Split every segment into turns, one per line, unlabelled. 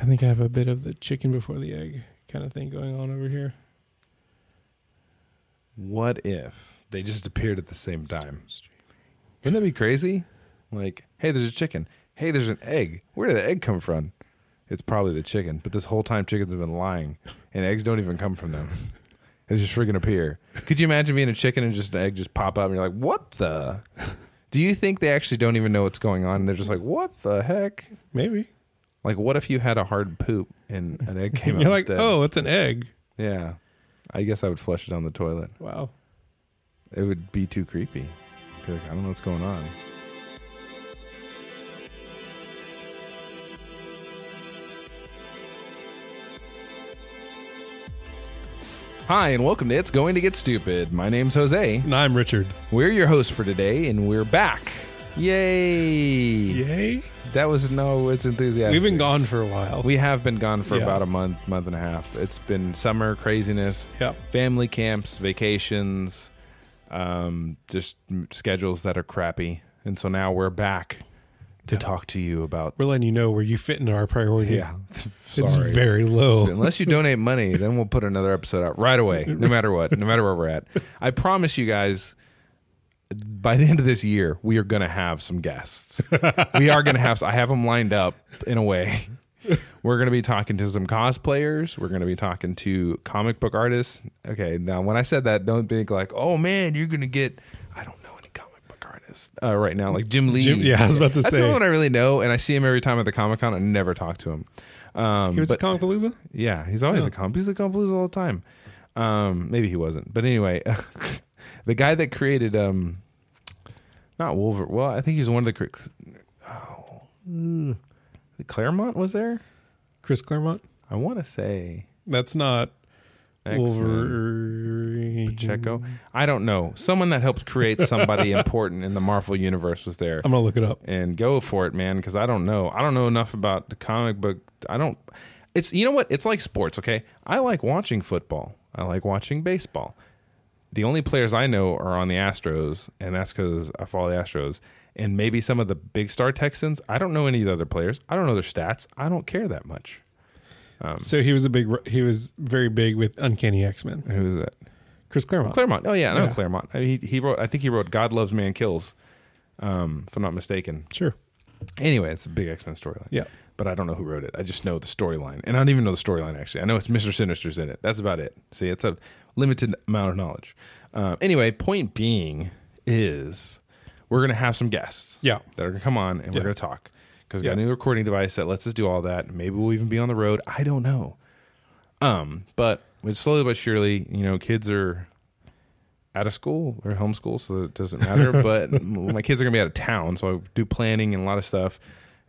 I think I have a bit of the chicken before the egg kind of thing going on over here.
What if they just appeared at the same time? Wouldn't that be crazy? Like, hey, there's a chicken. Hey, there's an egg. Where did the egg come from? It's probably the chicken. But this whole time, chickens have been lying, and eggs don't even come from them. They just freaking appear. Could you imagine being a chicken and just an egg just pop up, and you're like, what the? Do you think they actually don't even know what's going on? And they're just like, what the heck?
Maybe.
Like, what if you had a hard poop and an egg came out?
You're like,
instead?
oh, it's an egg.
yeah. I guess I would flush it down the toilet.
Wow.
It would be too creepy. Be like, I don't know what's going on. Hi, and welcome to It's Going to Get Stupid. My name's Jose.
And I'm Richard.
We're your host for today, and we're back. Yay!
Yay.
That was no, it's enthusiastic.
We've been gone for a while.
We have been gone for
Yeah.
about a month, month and a half. It's been summer craziness,
Yeah.
family camps, vacations, um, just m- schedules that are crappy. And so now we're back to talk to you about.
We're letting you know where you fit into our priority.
Yeah,
It's
sorry.
very low.
Unless you donate money, then we'll put another episode out right away, no matter what, no matter where we're at. I promise you guys, by the end of this year, we are going to have some guests. we are going to have, I have them lined up in a way. We're going to be talking to some cosplayers. We're going to be talking to comic book artists. Okay, now when I said that, don't think like, oh man, you're going to get, I don't know any comic book artists uh, right now, like Jim Lee.
Jim- yeah, I was about to
That's
say.
the only one I really know, and I see him every time at the Comic Con. I never talk to him. Um,
He was
but-
a Conkalooza?
yeah, he's always a comp. He's a comp loser all the time. Um, maybe he wasn't, but anyway, the guy that created um, not Wolver. Well, I think he's one of the. cre- Oh, the Claremont was there.
Chris Claremont?
I want to say
That's not
X-Men,
Wolverine.
Pacheco. I don't know. Someone that helped create somebody important in the Marvel universe was there.
I'm going to look it up.
and go for it, man. Because I don't know. I don't know enough about the comic book. I don't. It's you know what? It's like sports. Okay, I like watching football. I like watching baseball. The only players I know are on the Astros, and that's because I follow the Astros. And maybe some of the big star Texans. I don't know any of the other players. I don't know their stats. I don't care that much. Um,
So he was a big, he was very big with Uncanny X Men.
Who is that?
Chris Claremont.
Claremont. Oh yeah, I know
Yeah.
Claremont. I mean, he, he wrote. I think he wrote "God Loves Man Kills," um, if I'm not mistaken.
Sure.
Anyway, it's a big X Men storyline.
Yeah.
But I don't know who wrote it. I just know the storyline. And I don't even know the storyline, actually. I know it's Mr. Sinister's in it. That's about it. See, it's a limited amount of knowledge. Um, anyway, point being is we're going to have some guests
Yeah.
that are going to come on and
Yeah.
we're going to talk because we got
Yeah.
a new recording device that lets us do all that. Maybe we'll even be on the road. I don't know. Um, but it's slowly but surely, you know, kids are out of school or homeschool, so it doesn't matter. but my kids are gonna be out of town, so I do planning and a lot of stuff,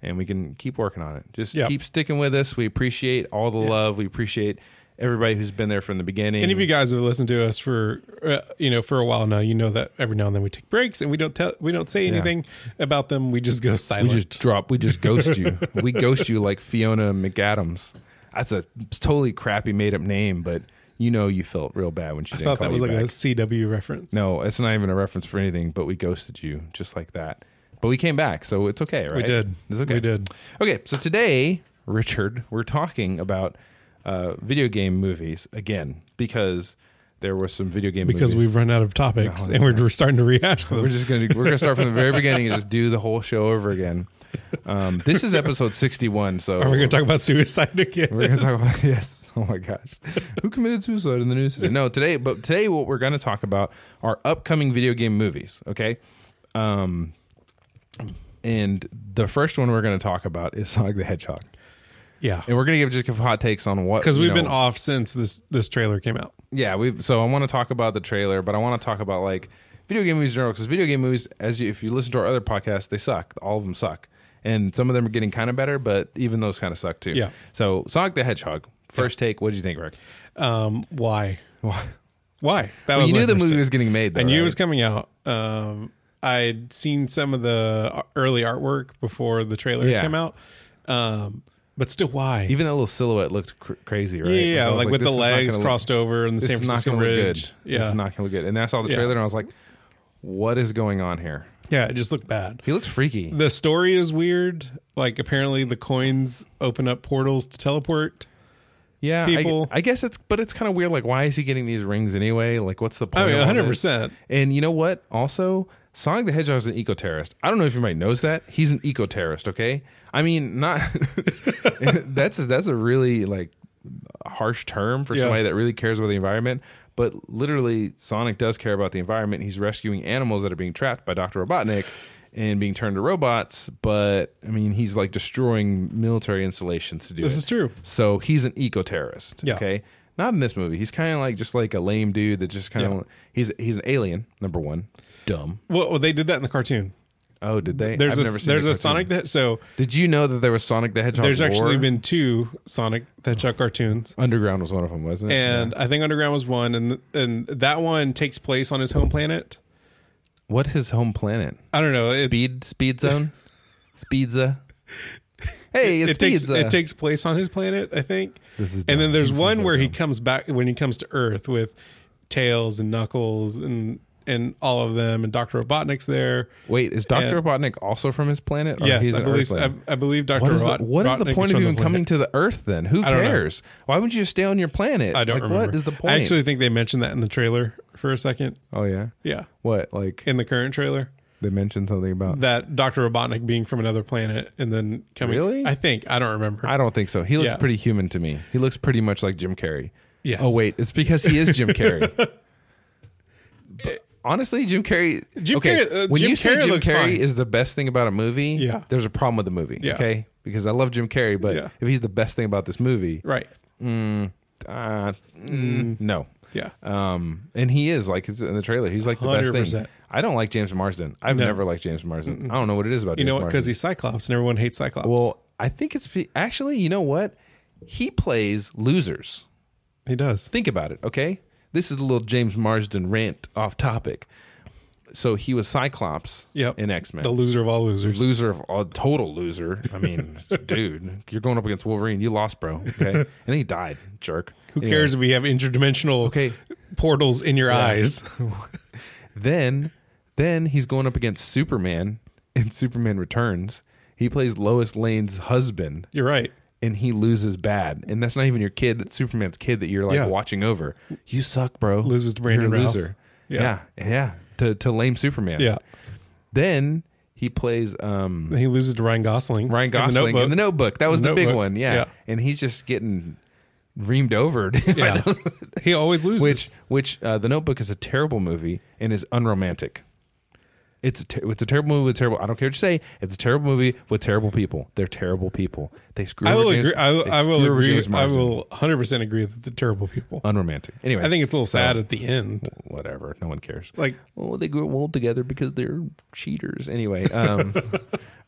and we can keep working on it. Just
Yeah.
keep sticking with us. We appreciate all the love. We appreciate everybody who's been there from the beginning.
Any of you guys who have listened to us for uh, you know for a while now, you know that every now and then we take breaks and we don't tell we don't say anything about them. We just go
we
silent.
just drop. We just ghost you. we ghost you like Fiona McAdams. That's a totally crappy made up name, but you know you felt real bad when she
I
didn't
thought
call
that was
you
like
back.
a CW reference.
No, it's not even a reference for anything, but we ghosted you just like that. But we came back, so it's okay, right?
we did.
It's okay.
We did.
Okay, so today, Richard, we're talking about uh, video game movies again because there were some video game
Because
movies.
we've run out of topics
No,
and
that's
we're, we're starting to rehash
We're
them.
just gonna we're gonna start from the very beginning and just do the whole show over again. Um, this is episode sixty one, so
Are we going to talk about suicide again?
we're gonna talk about yes. Oh my gosh, who committed suicide in the news today? No, today, but today, what we're gonna talk about are upcoming video game movies. Okay, um, and the first one we're gonna talk about is Sonic the Hedgehog,
yeah.
and we're gonna give just hot takes on what
Because
you
we've been
know,
off since this this trailer came out.
yeah, we. So I want to talk about the trailer, but I want to talk about like video game movies in general because video game movies, as you, if you listen to our other podcasts, they suck. All of them suck, and some of them are getting kind of better, but even those kind of suck too.
Yeah.
So Sonic the Hedgehog, first take. What did you think, Rick?
Um, why?
Why?
Why? That
Well, you
my
knew the
first
movie
take.
was getting made. Though,
I knew
right?
it was coming out. Um, I'd seen some of the ar- early artwork before the trailer
Yeah.
came out. Um, but still, why?
Even that little silhouette looked cr- crazy, right?
yeah, yeah,
I
like,
was
with
this
the
is not
legs
gonna look-
crossed over and the
This
San
is not
Francisco
going to look
Ridge.
good. This
Yeah,
is not going to look good. And then I saw the
Yeah.
trailer and I was like, what is going on here?
Yeah, it just looked bad.
He looks freaky.
The story is weird. Like apparently the coins open up portals to teleport.
Yeah, I-
people-
I, guess it's, but it's kind of weird. Like, why is he getting these rings anyway? Like, what's the point?
I mean,
of all
Oh, hundred
this?
percent.
And you know what? Also, Sonic the Hedgehog is an eco terrorist. I don't know if anybody knows that. He's an eco terrorist. Okay, I mean, not that's that's a really like harsh term for
Yeah.
somebody that really cares about the environment. But literally, Sonic does care about the environment. He's rescuing animals that are being trapped by Doctor Robotnik and being turned to robots. But I mean, he's like destroying military installations to do
This
it.
is true.
So he's an eco terrorist.
Yeah.
Okay. Not in this movie. He's kind of like just like a lame dude that just kind of
Yeah.
he's he's an alien. Number one, dumb.
Well, well, they did that in the cartoon.
Oh, did they?
There's
I've
a
never seen
there's
the
a
cartoon.
Sonic that so
Did you know that there was Sonic the Hedgehog?
there's actually
lore?
been two Sonic the Hedgehog cartoons.
Underground was one of them, wasn't it?
And I think Underground was one, and and that one takes place on his home planet.
what his home planet?
I don't know. It's,
Speed Speed Zone, Speedza. Hey, it's
it takes
Speedza.
it takes place on his planet, I think.
This is
and then
dumb.
there's
This is
one
so
where he
dumb.
comes back when he comes to Earth with Tails and Knuckles and and all of them, and Doctor Robotnik's there.
Wait, is Doctor Robotnik also from his planet? Or
yes,
Oh, he's
I
an
believe
Earthling?
I, I believe Doctor
What is,
Robotnik.
the, what is the point of even coming to the Earth then? Who
don't know.
cares? Why wouldn't you just stay on your planet?
I don't
Like,
remember.
What is the point?
I actually think they mentioned that in the trailer for a second.
oh yeah,
Yeah,
what like
in the current trailer,
they mentioned something about?
that Doctor Robotnik being from another planet and then coming.
Really?
I think I don't remember.
I don't think so. He looks
Yeah.
pretty human to me. He looks pretty much like Jim Carrey.
Yes.
Oh wait, it's because he is Jim Carrey. But honestly, Jim Carrey.
Jim
okay,
Carrey- uh,
when
Jim
you say
Carrey
Jim
looks
Carrey
fine.
is the best thing about a movie,
Yeah.
there's a problem with the movie.
Yeah.
Okay, because I love Jim Carrey, but
Yeah.
if he's the best thing about this movie,
Right.
mm, uh, mm, no.
Yeah.
Um, and he is like it's in the trailer. He's like the best
100%.
thing. I don't like James Marsden. I've never liked James Marsden. I don't know what it is about.
You
James
know what?
Marsden.
Because he's Cyclops and everyone hates Cyclops.
well, I think it's be- actually. You know what? He plays losers.
he does.
Think about it. Okay, this is a little James Marsden rant off topic. So he was Cyclops
Yep.
in X Men.
The loser of all losers.
Loser of all, total loser. I mean, dude, you're going up against Wolverine. You lost, bro. Okay, and then he died, jerk.
Who cares if we have interdimensional
Okay.
portals in your eyes?
Then, then he's going up against Superman in Superman Returns. He plays Lois Lane's husband,
You're right.
and he loses bad. And that's not even your kid. That's Superman's kid that you're like
Yeah.
watching over. You suck, bro.
Loses to Brandon
You're a
Routh.
loser.
Yeah.
Yeah. yeah, To to lame Superman.
Yeah.
Then he plays um
He loses to Ryan Gosling.
Ryan
in
Gosling in the Notebook. That was the, big
Notebook.
one. Yeah.
Yeah.
And he's just getting reamed over. dude.
Yeah. he always loses.
which which uh, the Notebook is a terrible movie and is unromantic. It's a ter- it's a terrible movie with terrible. I don't care what you say. It's a terrible movie with terrible people. They're terrible people. They screw.
I will
over James-
agree. I,
they
I will
screw over
agree.
James
I
Marsden.
will 100% agree that the terrible people.
Unromantic. Anyway,
I think it's a little sad at the end.
whatever. No one cares.
Like,
oh, they grew old together because they're cheaters. Anyway, um,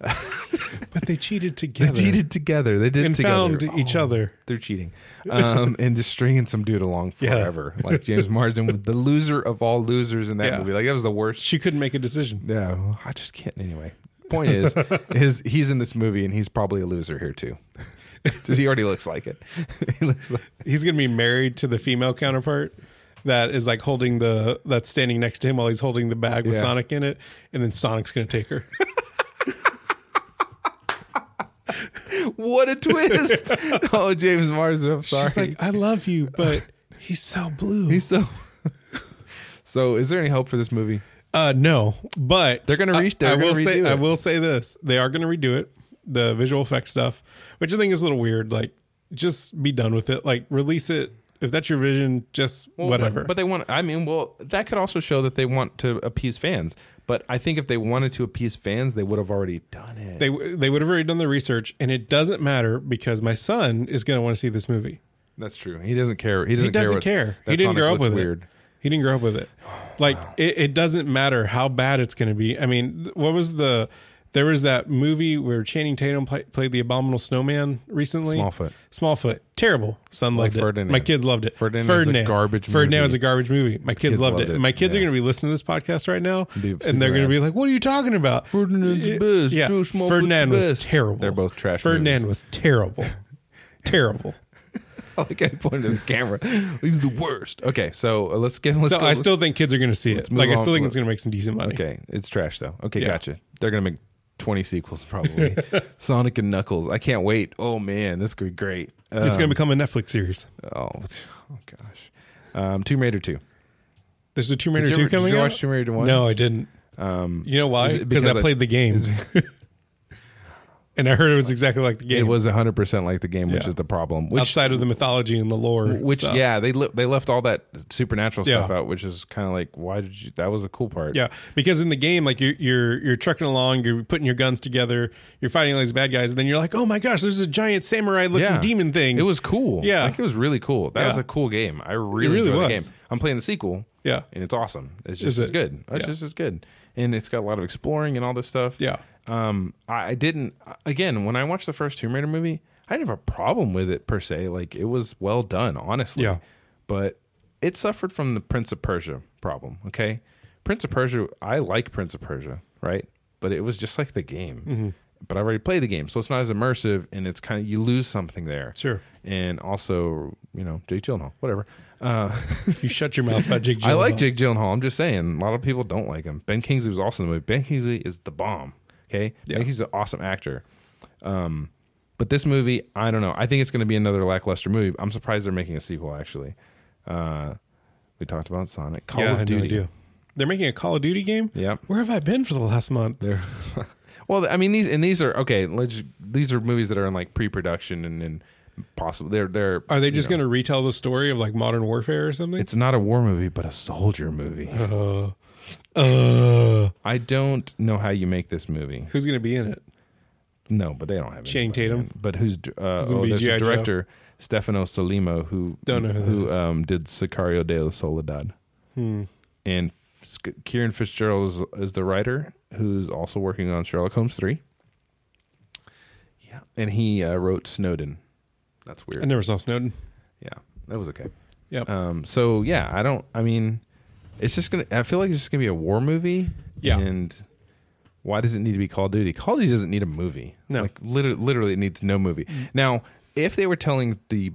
but they cheated together
they cheated together. They did
and
together.
found each
Oh,
other.
They're cheating, um, and just stringing some dude along
Yeah.
forever, like James Marsden, was the loser of all losers in that
Yeah.
movie. Like that was the worst
She couldn't make a decision.
No, I just can't. Anyway, point is, is he's in this movie and he's probably a loser here too. 'Cause he already looks like it. he looks like
He's going to be married to the female counterpart that is like holding the that's standing next to him while he's holding the bag with
Yeah.
Sonic in it, and then Sonic's going to take her.
what a twist! oh, James Marsden, I'm sorry.
She's like, "I love you, but he's so blue."
he's so. so, is there any hope for this movie?
Uh, no, but
They're gonna reach- they're
I, I will
gonna
say,
redo
I
it.
will say this: they are gonna redo it, the visual effects stuff, which I think is a little weird. Like, just be done with it. Like, release it if that's your vision. Just whatever.
But, they want. I mean, well, that could also show that they want to appease fans. But I think if they wanted to appease fans, they would have already done it.
they they would have already done the research, and it doesn't matter because my son is gonna want to see this movie.
That's true. He doesn't care. He doesn't,
He doesn't
what-
care.
that
He didn't
Sonic
grow up
looks
with
weird.
it. He didn't grow up with it. Like it, it doesn't matter how bad it's going to be. I mean, th- what was the? There was that movie where Channing Tatum play, played the Abominable Snowman recently.
Smallfoot.
Smallfoot. Terrible. Son loved it.
Ferdinand.
My kids loved it.
Ferdinand is a garbage
Ferdinand
movie.
was a garbage movie. My kids, loved, it. And my kids are
Yeah.
going to be listening to this podcast right now,
Be
and they're
super
going to
mad.
be like, "What are you talking about?"
Ferdinand's
It-
best.
Yeah.
Joe Smallfoot's
Ferdinand was
best.
terrible.
They're both trash
Ferdinand was terrible. terrible.
like I pointed at the camera. He's the worst. Okay, so uh, let's give. Let's
so
go-
I still think kids are going to see it.
move
Like I still
on.
think it's going to make some decent money.
Okay, it's trash though. Okay,
Yeah.
gotcha. They're gonna make twenty sequels probably. Sonic and Knuckles. I can't wait. Oh man, this could be great.
It's going to become a Netflix series.
Um, oh, oh gosh. Um, Tomb Raider two.
There's a Tomb Raider
you
two
ever- did
coming
you
out.
watch Tomb Raider 1?
No, I didn't.
Um,
You know
Is
why?
it
Because I
because I-
played the game, and I heard it was exactly like the game.
it was hundred percent like the game, which
Yeah.
is the problem. Which
outside of the mythology and the lore.
which
stuff.
yeah, they li- they left all that supernatural
Yeah.
stuff out, which is kind of like why did you? That was a cool part.
Yeah, because in the game, like you're you're you're trucking along, you're putting your guns together, you're fighting all these bad guys, and then you're like, oh my gosh, there's a giant samurai looking
Yeah.
demon thing.
It was cool.
Yeah.
like, it was really cool. That
Yeah.
was a cool game. I really,
really
enjoyed
was.
the game. I'm playing the sequel.
Yeah.
and it's awesome. It's just
Is
as
it?
good. It's
Yeah.
just as good, and it's got a lot of exploring and all this stuff.
Yeah.
Um, I, I didn't. Again, when I watched the first Tomb Raider movie, I didn't have a problem with it per se. Like it was well done, honestly.
Yeah.
But it suffered from the Prince of Persia problem. Okay. Prince of Persia. I like Prince of Persia, right? But it was just like the game.
Mm-hmm.
But I already played the game, so it's not as immersive, and it's kind of you lose something there.
Sure.
And also, you know, Jake Gyllenhaal, whatever. Uh,
you shut your mouth about Jake.
I like
Gyllenhaal.
Jake Gyllenhaal. I'm just saying, a lot of people don't like him. Ben Kingsley was awesome in the movie. Ben Kingsley is the bomb. Okay, I think he's an awesome actor. Um, but this movie, I don't know. I think it's going to be another lackluster movie. I'm surprised they're making a sequel. Actually, uh, we talked about Sonic, Call
Yeah, I
of
had no
Duty.
idea. They're making a Call of Duty game.
Yep.
Where have I been for the last month?
They're well, I mean these and these are okay. Let's, these are movies that are in like pre-production and, and possible. They're they're
Are they just going to retell the story of like modern warfare or something?
It's not a war movie, but a soldier movie.
uh, uh,
I don't know how you make this movie.
who's going to be in it?
No, but they don't have
Channing
anybody
Tatum?
in. But who's uh,
it
oh,
be
there's
G.I.
a
Joe?
director Stefano Solimo who
Don't know who that is.
um, did Sicario de la Soledad,
Hmm.
and Sk- Kieran Fitzgerald is, is the writer who's also working on Sherlock Holmes three. Yeah, and he uh, wrote Snowden. That's
I
weird.
never saw Snowden.
Yeah, that was okay.
Yep.
Um, so yeah, I don't. I mean, it's just gonna. I feel like it's just gonna be a war movie.
Yeah.
And why does it need to be Call of Duty? Call of Duty doesn't need a movie.
No. Mm.
Like literally, literally, it needs no movie. Now, if they were telling the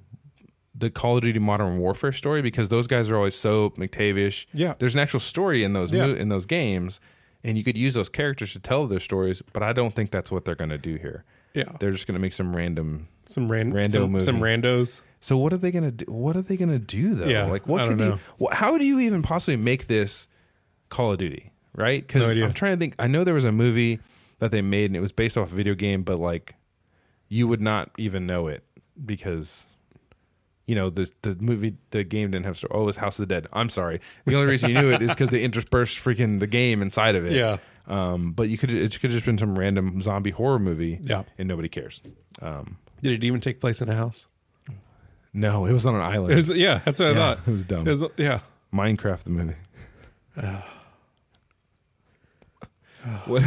the Call of Duty Modern Warfare story, because those guys are always so McTavish.
Yeah.
There's an actual story in those
Yeah.
mo- in those games, and you could use those characters to tell their stories. But I don't think that's what they're gonna do here.
yeah.
They're just gonna make some random
Some ran-
Rando
some,
movie.
some randos.
so what are they gonna do? What are they gonna do though?
Yeah,
like what
I
could
don't
you?
know.
wh- how do you even possibly make this Call of Duty? Right?
No
Because
idea.
I'm trying to think. I know there was a movie that they made and it was based off a video game, but like you would not even know it because you know the the movie the game didn't have. Oh, it was House of the Dead. I'm sorry. The only reason you knew it is because they interspersed freaking the game inside of it.
Yeah.
Um, but you could it could have just been some random zombie horror movie.
Yeah.
And nobody cares. Um,
Did it even take place in a house?
no, it was on an island.
It was, yeah, that's what
Yeah,
I thought.
it was dumb.
It was- yeah.
Minecraft the movie. What-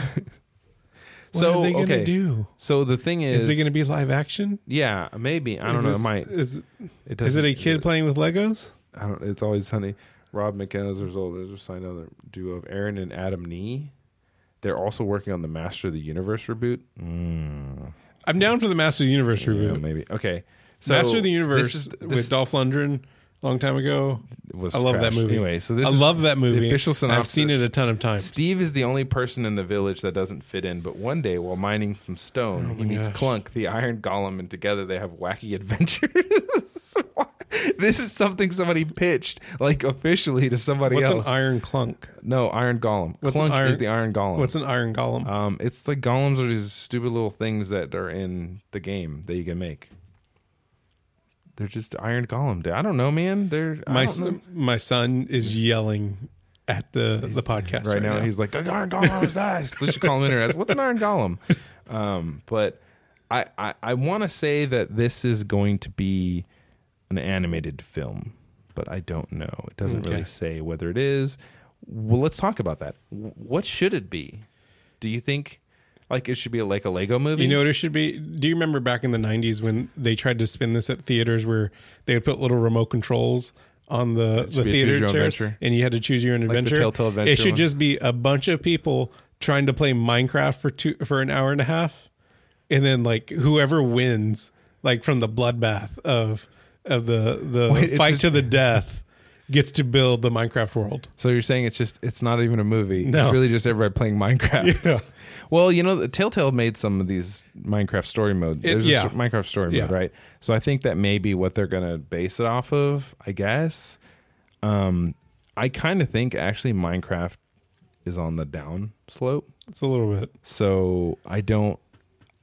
What
so
are they
okay.
gonna do?
So the thing is,
Is, it gonna be live action?
yeah, maybe I don't
is
know.
this-
it might.
Is, it-
It
is it
doesn't-
a kid playing with Legos?
I don't. It's always honey. Rob McKenna's result is a sign of the duo of Aaron and Adam Nee. They're also working on the Master of the Universe reboot. Mm,
I'm down for the Master of the Universe
yeah,
reboot.
maybe. Okay. So
Master of the
this
Universe
is-
with Dolph Lundgren a long time ago.
was
I love that
trash.
movie.
Anyway, so this
I
is
love that movie.
official
and I've seen it
synopsis.
a ton of times.
Steve is the only person in the village that doesn't fit in, but one day while mining some stone, he meets
Oh gosh.
Clunk, the Iron Golem, and together they have wacky adventures. this is something somebody pitched, like officially to somebody
What's
else.
an iron clunk?
no, Iron Golem.
What's an
Clunk
iron-
is the Iron Golem.
What's an iron golem?
um, it's like golems are these stupid little things that are in the game that you can make. They're just iron golem. dude. I don't know, man. They're I
my
don't know.
son, my son is yelling at the the podcast
right, now, he's like, an iron golem is that? Let's just call him internet. What's an iron golem? Um, but I, I, I want to say that this is going to be an animated film, but I don't know. It doesn't
Okay.
really say whether it is. Well, let's talk about that. W- What should it be? Do you think like it should be like a Lego movie?
You know what it should be? Do you remember back in the 90s when they tried to spin this at theaters where they would put little remote controls on the, the
be a choose
theater
your own
chairs
adventure.
and you had to choose your own
the
adventure?
Telltale Adventure
It should
one?
just be a bunch of people trying to play Minecraft for two for an hour and a half and then like whoever wins like from the bloodbath of of the the
Wait, it's
fight
just-
to the death gets to build the Minecraft world.
So you're saying it's just it's not even a movie.
No.
It's really just everybody playing Minecraft.
Yeah.
Well, you know, the Telltale made some of these Minecraft story mode. There's a
yeah.
s- Minecraft story
Yeah.
mode, right? So I think that may be what they're going to base it off of, I guess. Um, I kind of think actually Minecraft is on the down slope.
It's a little bit.
So I don't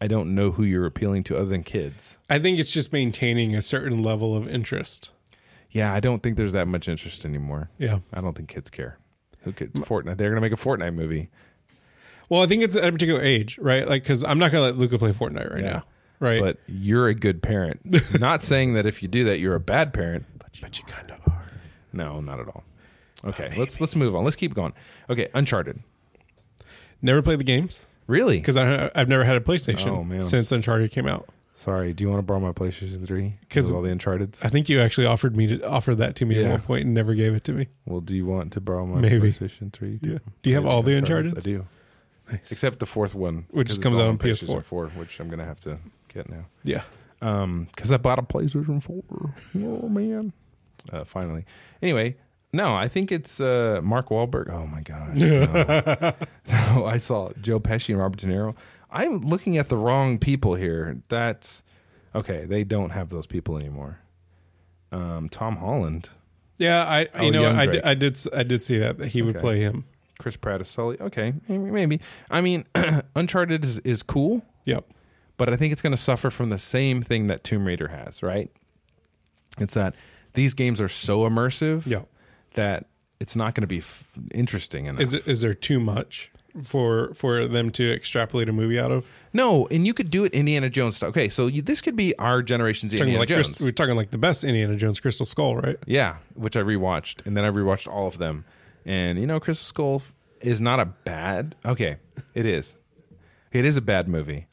I don't know who you're appealing to other than kids.
I think it's just maintaining a certain level of interest.
Yeah, I don't think there's that much interest anymore.
Yeah.
I don't think kids care. Who could Fortnite? They're going to make a Fortnite movie.
Well, I think it's at a particular age, right? Like, because I'm not gonna let Luca play Fortnite right
Yeah.
now, right?
but you're a good parent. not saying that if you do that you're a bad parent, but you, kind of are. No, not at all.
Oh,
Okay, let's let's move on. Let's keep going. Okay, Uncharted.
never played the games
Really?
because I've never had a PlayStation
Oh, man.
since Uncharted came out.
Sorry, do you want to borrow my PlayStation 3?
'Cause-
Because all the Uncharted's.
I think you actually offered me to offer that to me at
Yeah.
one point and never gave it to me.
Well, do you want to borrow my
Maybe.
PlayStation 3?
Yeah. Do you have all the Uncharted?
I do.
Nice.
Except the fourth one,
Which
'cause
comes
it's all
out on PS4.
4, which I'm gonna have to get now.
Yeah.
Um, because I bought a PlayStation 4. Oh man. Uh, finally. Anyway, no, I think it's uh Mark Wahlberg. Oh my god. No. no, I saw Joe Pesci and Robert De Niro. I'm looking at the wrong people here. That's okay. They don't have those people anymore. Um, Tom Holland,
Yeah, I
Oh,
you know
young
I,
Drake.
did, I did s- I did see that that he would
Okay.
play him.
Chris Pratt is Sully. Okay, maybe. maybe. I mean, Uncharted is, is cool.
Yep.
but I think it's going to suffer from the same thing that Tomb Raider has, right? It's that these games are so immersive
Yeah.
that it's not going to be f- interesting enough.
Is it is there too much for for them to extrapolate a movie out of?
no, and you could do it Indiana Jones style. Okay, so you, this could be our generation's Indiana
like
Jones.
Chris- we're talking like the best Indiana Jones Crystal Skull, right?
yeah, which I rewatched, and then I rewatched all of them. And you know, Crystal Skull f- is not a bad. Okay, it is. It is a bad movie.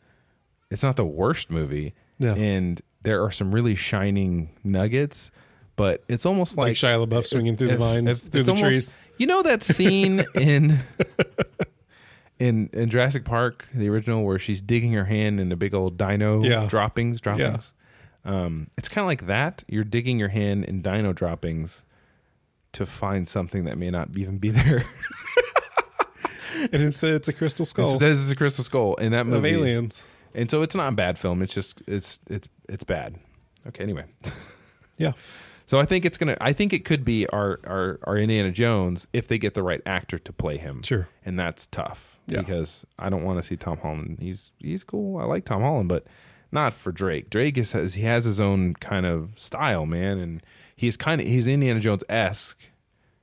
It's not the worst movie.
No.
And there are some really shining nuggets, but it's almost
Like,
like
Shia LaBeouf swinging through the
If-
vines,
if-
through
it's
the
almost-
trees.
You know that scene in in in Jurassic Park, the original, where she's digging her hand in the big old dino
Yeah.
droppings, droppings. Um, it's kind of like that. You're digging your hand in dino droppings to find something that may not even be there.
And instead, it's a crystal
It's-
skull
this is a crystal skull in that
of
movie.
aliens.
And so it's not a bad film. It's just it's it's it's bad. Okay, anyway.
Yeah.
So I think it's gonna. I think it could be our our, our Indiana Jones if they get the right actor to play him.
Sure.
and that's tough
Yeah.
because I don't want to see Tom Holland. He's he's cool. I like Tom Holland, but not for Drake. Drake is has he has his own kind of style, man, and he's kind of he's Indiana Jones esque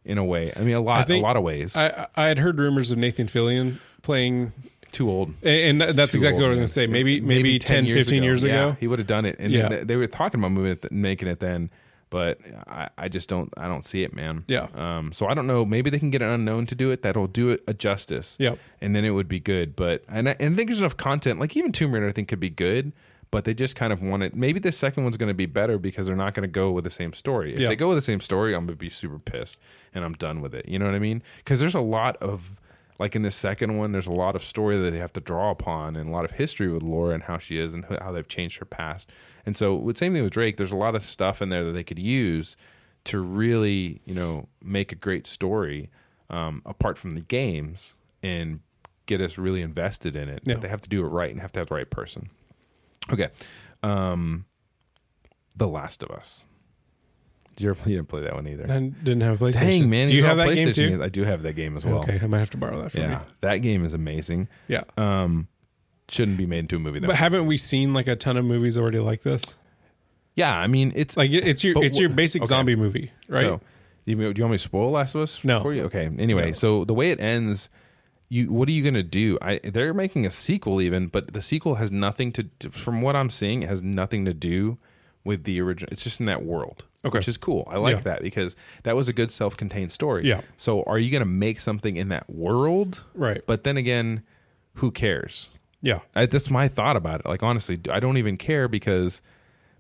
in a way. I mean, a lot
think-
a lot of ways.
I I had heard rumors of Nathan Fillion playing,
Too old.
and, and that- that's
Too
exactly what I was
old, man.
going to say. Maybe maybe, 10, 15 years
Yeah,
ago.
he would have done it. And
Yeah.
they- they were talking about moving it, th- making it then, but I, I just don't, I don't see it, man.
Yeah.
Um. So I don't know. Maybe they can get an unknown to do it. That'll do it a justice.
Yep.
And then it would be good. But and I, and I think there's enough content. Like even Tomb Raider, I think could be good. But they just kind of want it. Maybe the second one's going to be better because they're not going to go with the same story. If
Yeah.
they go with the same story, I'm going to be super pissed and I'm done with it. You know what I mean? Because there's a lot of like in the second one, there's a lot of story that they have to draw upon and a lot of history with Laura and how she is and how they've changed her past. And so, with same thing with Drake, there's a lot of stuff in there that they could use to really, you know, make a great story um, apart from the games and get us really invested in it.
Yeah.
But they have to do it right and have to have the right person. Okay. Um, the Last of Us. Did you ever you didn't play that one either?
I didn't have a PlayStation.
Dang man,
Do you
these are
have
all
that game
PlayStation
too?
games. I do have that game as well.
Okay, I might have to borrow that from
Yeah,
you.
that game is amazing.
Yeah.
Um, shouldn't be made into a movie though.
But haven't we seen like a ton of movies already like this?
yeah, I mean it's
Like it- it's your
But
it's your
wh-
basic
okay.
zombie movie, right?
So, you, do you want me to spoil Last of Us?
No.
For you? Okay. Anyway, so the way it ends, you what are you gonna do? I they're making a sequel even, but the sequel has nothing to do- from what I'm seeing, it has nothing to do with the original. It's just in that world.
Okay.
Which is cool. I like
Yeah.
that because that was a good self-contained story.
Yeah.
So are you gonna make something in that world?
Right.
But then again, who cares?
yeah.
I, that's my thought about it. Like honestly, I don't even care because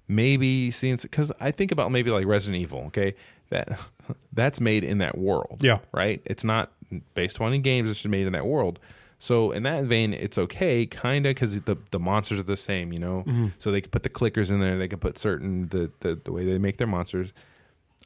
maybe seeing because I think about maybe like Resident Evil. Okay, that that's made in that world.
Yeah.
right. It's not based on any games. It's just made in that world. So in that vein, it's okay, kinda, because the the monsters are the same, you know. So they could put the clickers in there. They could put certain the, the the way they make their monsters.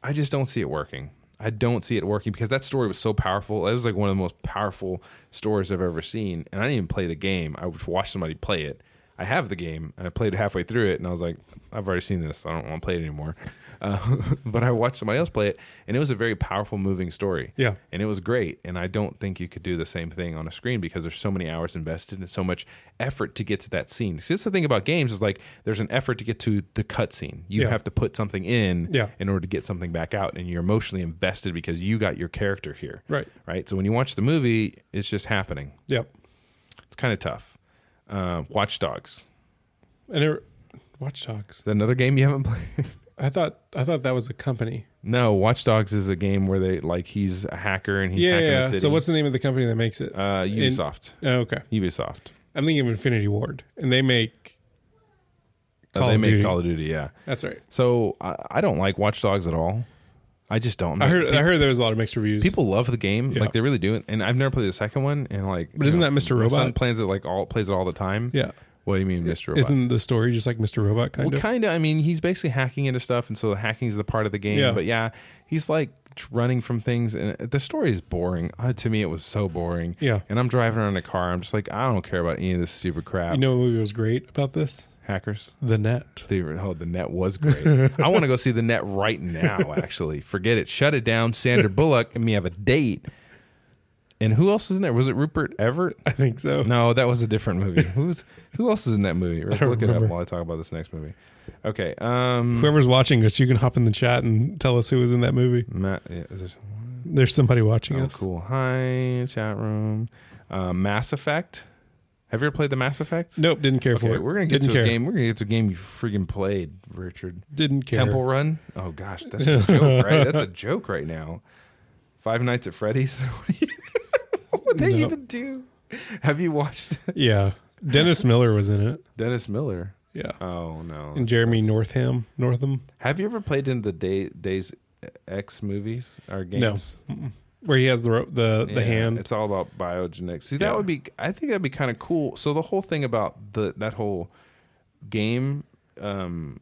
I just don't see it working. I don't see it working because that story was so powerful. It was like one of the most powerful stories I've ever seen, and I didn't even play the game. I would watch somebody play it. I have the game, and I played halfway through it, and I was like, I've already seen this. I don't want to play it anymore. Uh, but I watched somebody else play it, and it was a very powerful, moving story
Yeah.
and it was great. And I don't think you could do the same thing on a screen because there's so many hours invested and so much effort to get to that scene. See, that's the thing about games is like there's an effort to get to the cutscene. You
Yeah.
have to put something in
Yeah.
in order to get something back out, and you're emotionally invested because you got your character here.
Right.
Right. So when you watch the movie, it's just happening.
Yep.
It's kind of tough. Uh, Watch Dogs.
And it, Watch Dogs.
Is that another game you haven't played?
I thought I thought that was a company.
no, Watch Dogs is a game where they like he's a hacker and he's
yeah,
hacking
yeah.
the city.
So what's the name of the company that makes it?
uh, Ubisoft?
oh, okay.
Ubisoft.
I'm thinking of Infinity Ward, and they make.
Uh,
Call
they
of
make
Duty.
Call of Duty, yeah.
That's right.
So I, I don't like Watch Dogs at all. I just don't.
I heard I heard there was a lot of mixed reviews.
people love the game,
Yeah.
like they really do. it. And I've never played the second one, and like,
But isn't that Mr.
my son
Robot?
plays it like all plays it all the time?
yeah.
What do you mean, Mr. Robot?
Isn't the story just like Mr. Robot kind
well,
of?
kind of. I mean, he's basically hacking into stuff, and so the hacking is the part of the game.
Yeah.
But yeah, he's like tr- running from things, and uh, the story is boring. Uh, to me, it was so boring.
Yeah.
And I'm driving around in a car. I'm just like, I don't care about any of this stupid crap.
You know what movie was great about this?
hackers.
The Net.
They were- oh, the net was great. I want to go see the net right now. Actually, forget it. Shut it down. Sandra Bullock and me have a date. And who else was in there? Was it Rupert Everett?
I think so.
No, that was a different movie. Who's who else is in that movie? Rick,
don't
Look it
remember.
up while I talk about this next movie. Okay. Um,
Whoever's watching us, you can hop in the chat and tell us who was in that movie.
Matt, yeah, is it,
There's somebody watching
oh,
us.
cool. Hi, chat room. Uh, Mass Effect. Have you ever played the Mass Effect?
Nope, didn't care for
Okay,
it.
we're gonna get
didn't
to
care.
a game. We're gonna get to a game you freaking played, Richard.
Didn't care.
Temple Run. Oh gosh, that's a joke, right? That's a joke right now. Five Nights at Freddy's. What do you- what would they
No.
even do? Have you watched
Yeah, Dennis Miller was in it.
Dennis Miller?
Yeah,
Oh no.
and Jeremy Northam. Northam,
Have you ever played in the day, Days X movies or games?
no, Mm-mm. where he has the ro- the the
Yeah,
hand.
It's all about biogenetics. See, that
Yeah.
would be. I think that'd be kind of cool. So the whole thing about the that whole game um,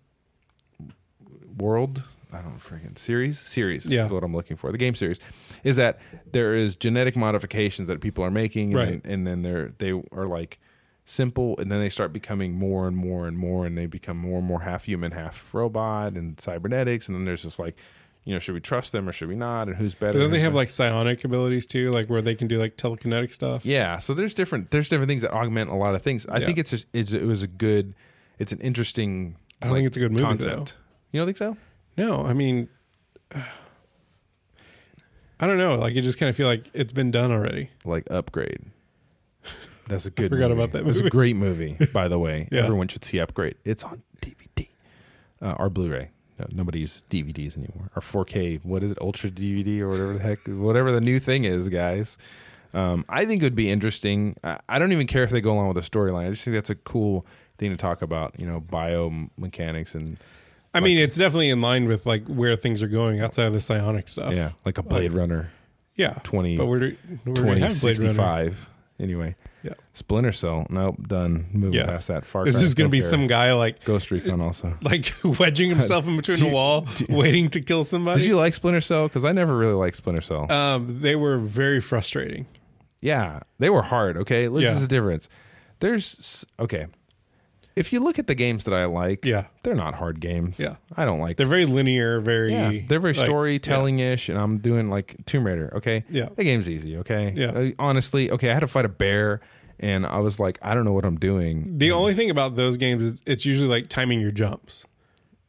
world. I don't freaking series series
Yeah.
is what I'm looking for. The game series is that there is genetic modifications that people are making, and,
Right.
and then they're they are like simple, and then they start becoming more and more and more, and they become more and more half human, half robot, and cybernetics, and then there's just like, you know, should we trust them or should we not, and who's better?
But then they
and-
have like psionic abilities too, like where they can do like telekinetic stuff.
yeah, so there's different there's different things that augment a lot of things. I
Yeah.
think it's just it's, it was a good, it's an interesting.
I don't think it's a good movie, though.
You don't think so?
No, I mean, I don't know. Like, you just kind of feel like it's been done already.
Like Upgrade. That's a good.
forgot
movie.
about that
It was a
movie.
great movie, by the way.
Yeah.
Everyone should see Upgrade. It's on DVD uh, or Blu-ray. No, nobody uses DVDs anymore or 4K. What is it? Ultra DVD or whatever the heck, whatever the new thing is, guys. Um, I think it would be interesting. I, I don't even care if they go along with the storyline. I just think that's a cool thing to talk about. You know, biomechanics and
I mean, it's definitely in line with like where things are going outside of the psionic stuff.
yeah, like a Blade Runner
yeah.
20
But we're, we're gonna have Blade Runner.
2065. Anyway,
Yeah.
Splinter Cell. Nope, done. Moving
Yeah.
past that. Far.
This
Cry,
is going to
don't
be
care.
some guy like
Ghost Recon also.
like wedging himself in between
Do
a
you-
wall, waiting to kill somebody.
Did you like Splinter Cell? Because I never really liked Splinter Cell.
um, they were very frustrating.
Yeah, they were hard. Okay, this
Yeah.
is the difference. There's s- okay. If you look at the games that I like,
Yeah.
they're not hard games.
Yeah.
I don't like.
They're very linear, very
yeah, they're very
like,
storytelling ish, and I'm doing like Tomb Raider. Okay,
Yeah.
the game's easy. Okay,
Yeah.
Uh, honestly, okay, I had to fight a bear, and I was like, I don't know what I'm doing.
The only thing about those games is it's usually like timing your jumps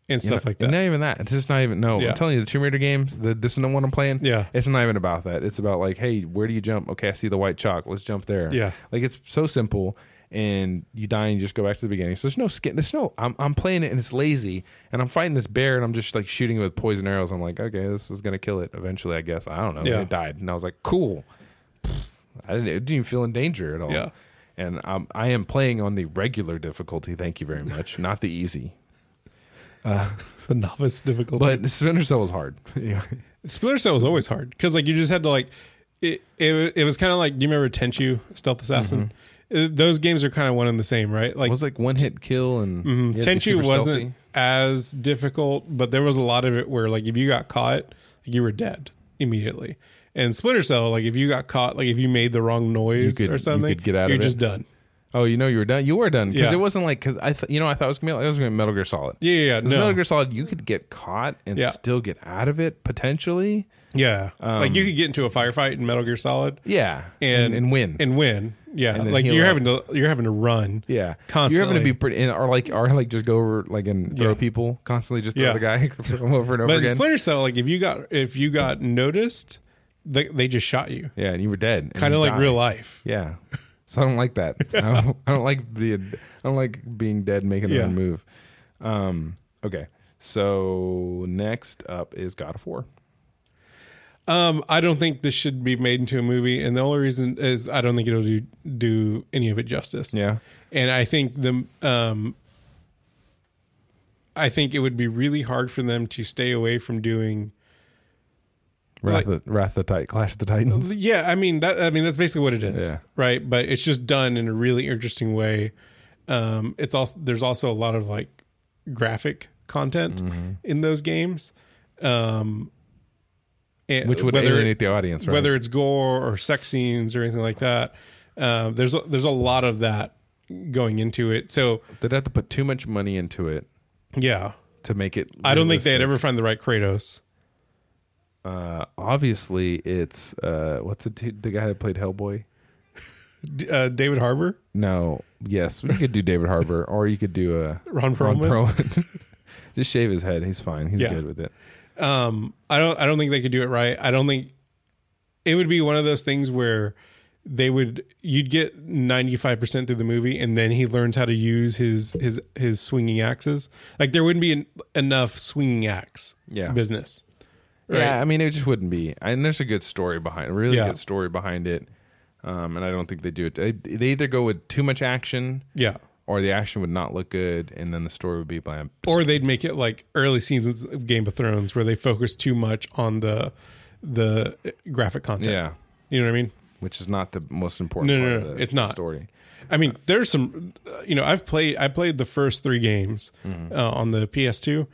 and stuff like that.
And not even that. It's just not even no.
Yeah.
I'm telling you, the Tomb Raider games, the this is the one I'm playing.
Yeah.
it's not even about that. It's about like, hey, where do you jump? Okay, I see the white chalk. Let's jump there.
Yeah.
like it's so simple. And you die and you just go back to the beginning. So there's no skin. There's no. I'm, I'm playing it and it's lazy. And I'm fighting this bear and I'm just like shooting it with poison arrows. I'm like, okay, this is gonna kill it eventually. I guess I don't know. And
Yeah.
It died and I was like, cool. Pfft, I didn't. It didn't even feel in danger at all.
Yeah.
And um, I am playing on the regular difficulty. Thank you very much. Not the easy.
The novice difficulty.
But Splinter Cell was hard. Yeah.
Splinter Cell was always hard because like you just had to like it it, it was kind of like do you remember Tenchu Stealth Assassin? Uh,
Mm-hmm.
those games are kind of one and the same, right? Like
It was like one hit kill and
Mhm.
you had to be
Tenchu
super
wasn't
stealthy.
as difficult, but there was a lot of it where like if you got caught, you were dead immediately. And Splinter Cell, like if you got caught, like if you made the wrong noise
could-
or
you
something,
could get out of
you're
it.
just done.
Oh, you know you were done. You were done because
Yeah.
it wasn't like because I th- you know I thought it was gonna be like, it was gonna be Metal Gear Solid.
Yeah, yeah, yeah.
'Cause
no,
Metal Gear Solid, you could get caught and
Yeah.
still get out of it potentially.
yeah. like you could get into a firefight in Metal Gear Solid
Yeah,
and
Um, and, win.
and win. Yeah,
And then
like
heal
you're
up.
having to you're having to run.
yeah,
Constantly.
you're having to be pretty and, or like or like just go over like and throw
Yeah.
people constantly, just throw
Yeah.
the guy throw him over and over
But in
again.
Splinter Cell, like if you got if you got noticed, they, they just shot you.
yeah, and you were dead. and
Kind of
you
like
died.
real life.
Yeah, so I don't like that. I, don't, I don't like being I don't like being dead, making
Yeah.
a move. Um, okay, so next up is God of War.
Um, I don't think this should be made into a movie, and the only reason is I don't think it'll do do any of it justice.
Yeah.
and I think the um, I think it would be really hard for them to stay away from doing.
Wrath, of, Wrath of the Titan, Clash of the Titans.
Yeah, I mean that. I mean that's basically what it is,
Yeah.
right? But it's just done in a really interesting way. Um, it's also there's also a lot of like graphic content
Mm-hmm.
in those games, um, and
Which would
whether
alienate the audience, right?
whether it's gore or sex scenes or anything like that. Um, there's a, there's a lot of that going into it. So
They'd have to put too much money into it
yeah,
to make it.
I don't think they'd
realistic.
ever find the right Kratos.
Uh, obviously, it's uh, what's the dude, the guy that played Hellboy?
D- uh, David Harbor,
No, yes, you could do David Harbour, or you could do a
Ron Perlman.
Perlman. Just shave his head; he's fine. He's
Yeah.
good with it.
um, I don't I don't think they could do it right. I don't think it would be one of those things where they would you'd get 95% through the movie and then he learns how to use his his his swinging axes like there wouldn't be en- enough swinging axe
Yeah.
business
Yeah, I mean, it just wouldn't be. And there's a good story behind, a really
Yeah.
good story behind it. Um, and I don't think they do it. They, they either go with too much action,
yeah
or the action would not look good, and then the story would be bland.
or they'd make it like early seasons of Game of Thrones where they focus too much on the the eh, graphic content.
Yeah,
You know what I mean?
which is not the most important.
No,
part
no,
of
no,
the
it's not.
story.
I mean, there's some uh, you know, I've played I played the first 3 games
Mm-hmm.
uh, on the PS2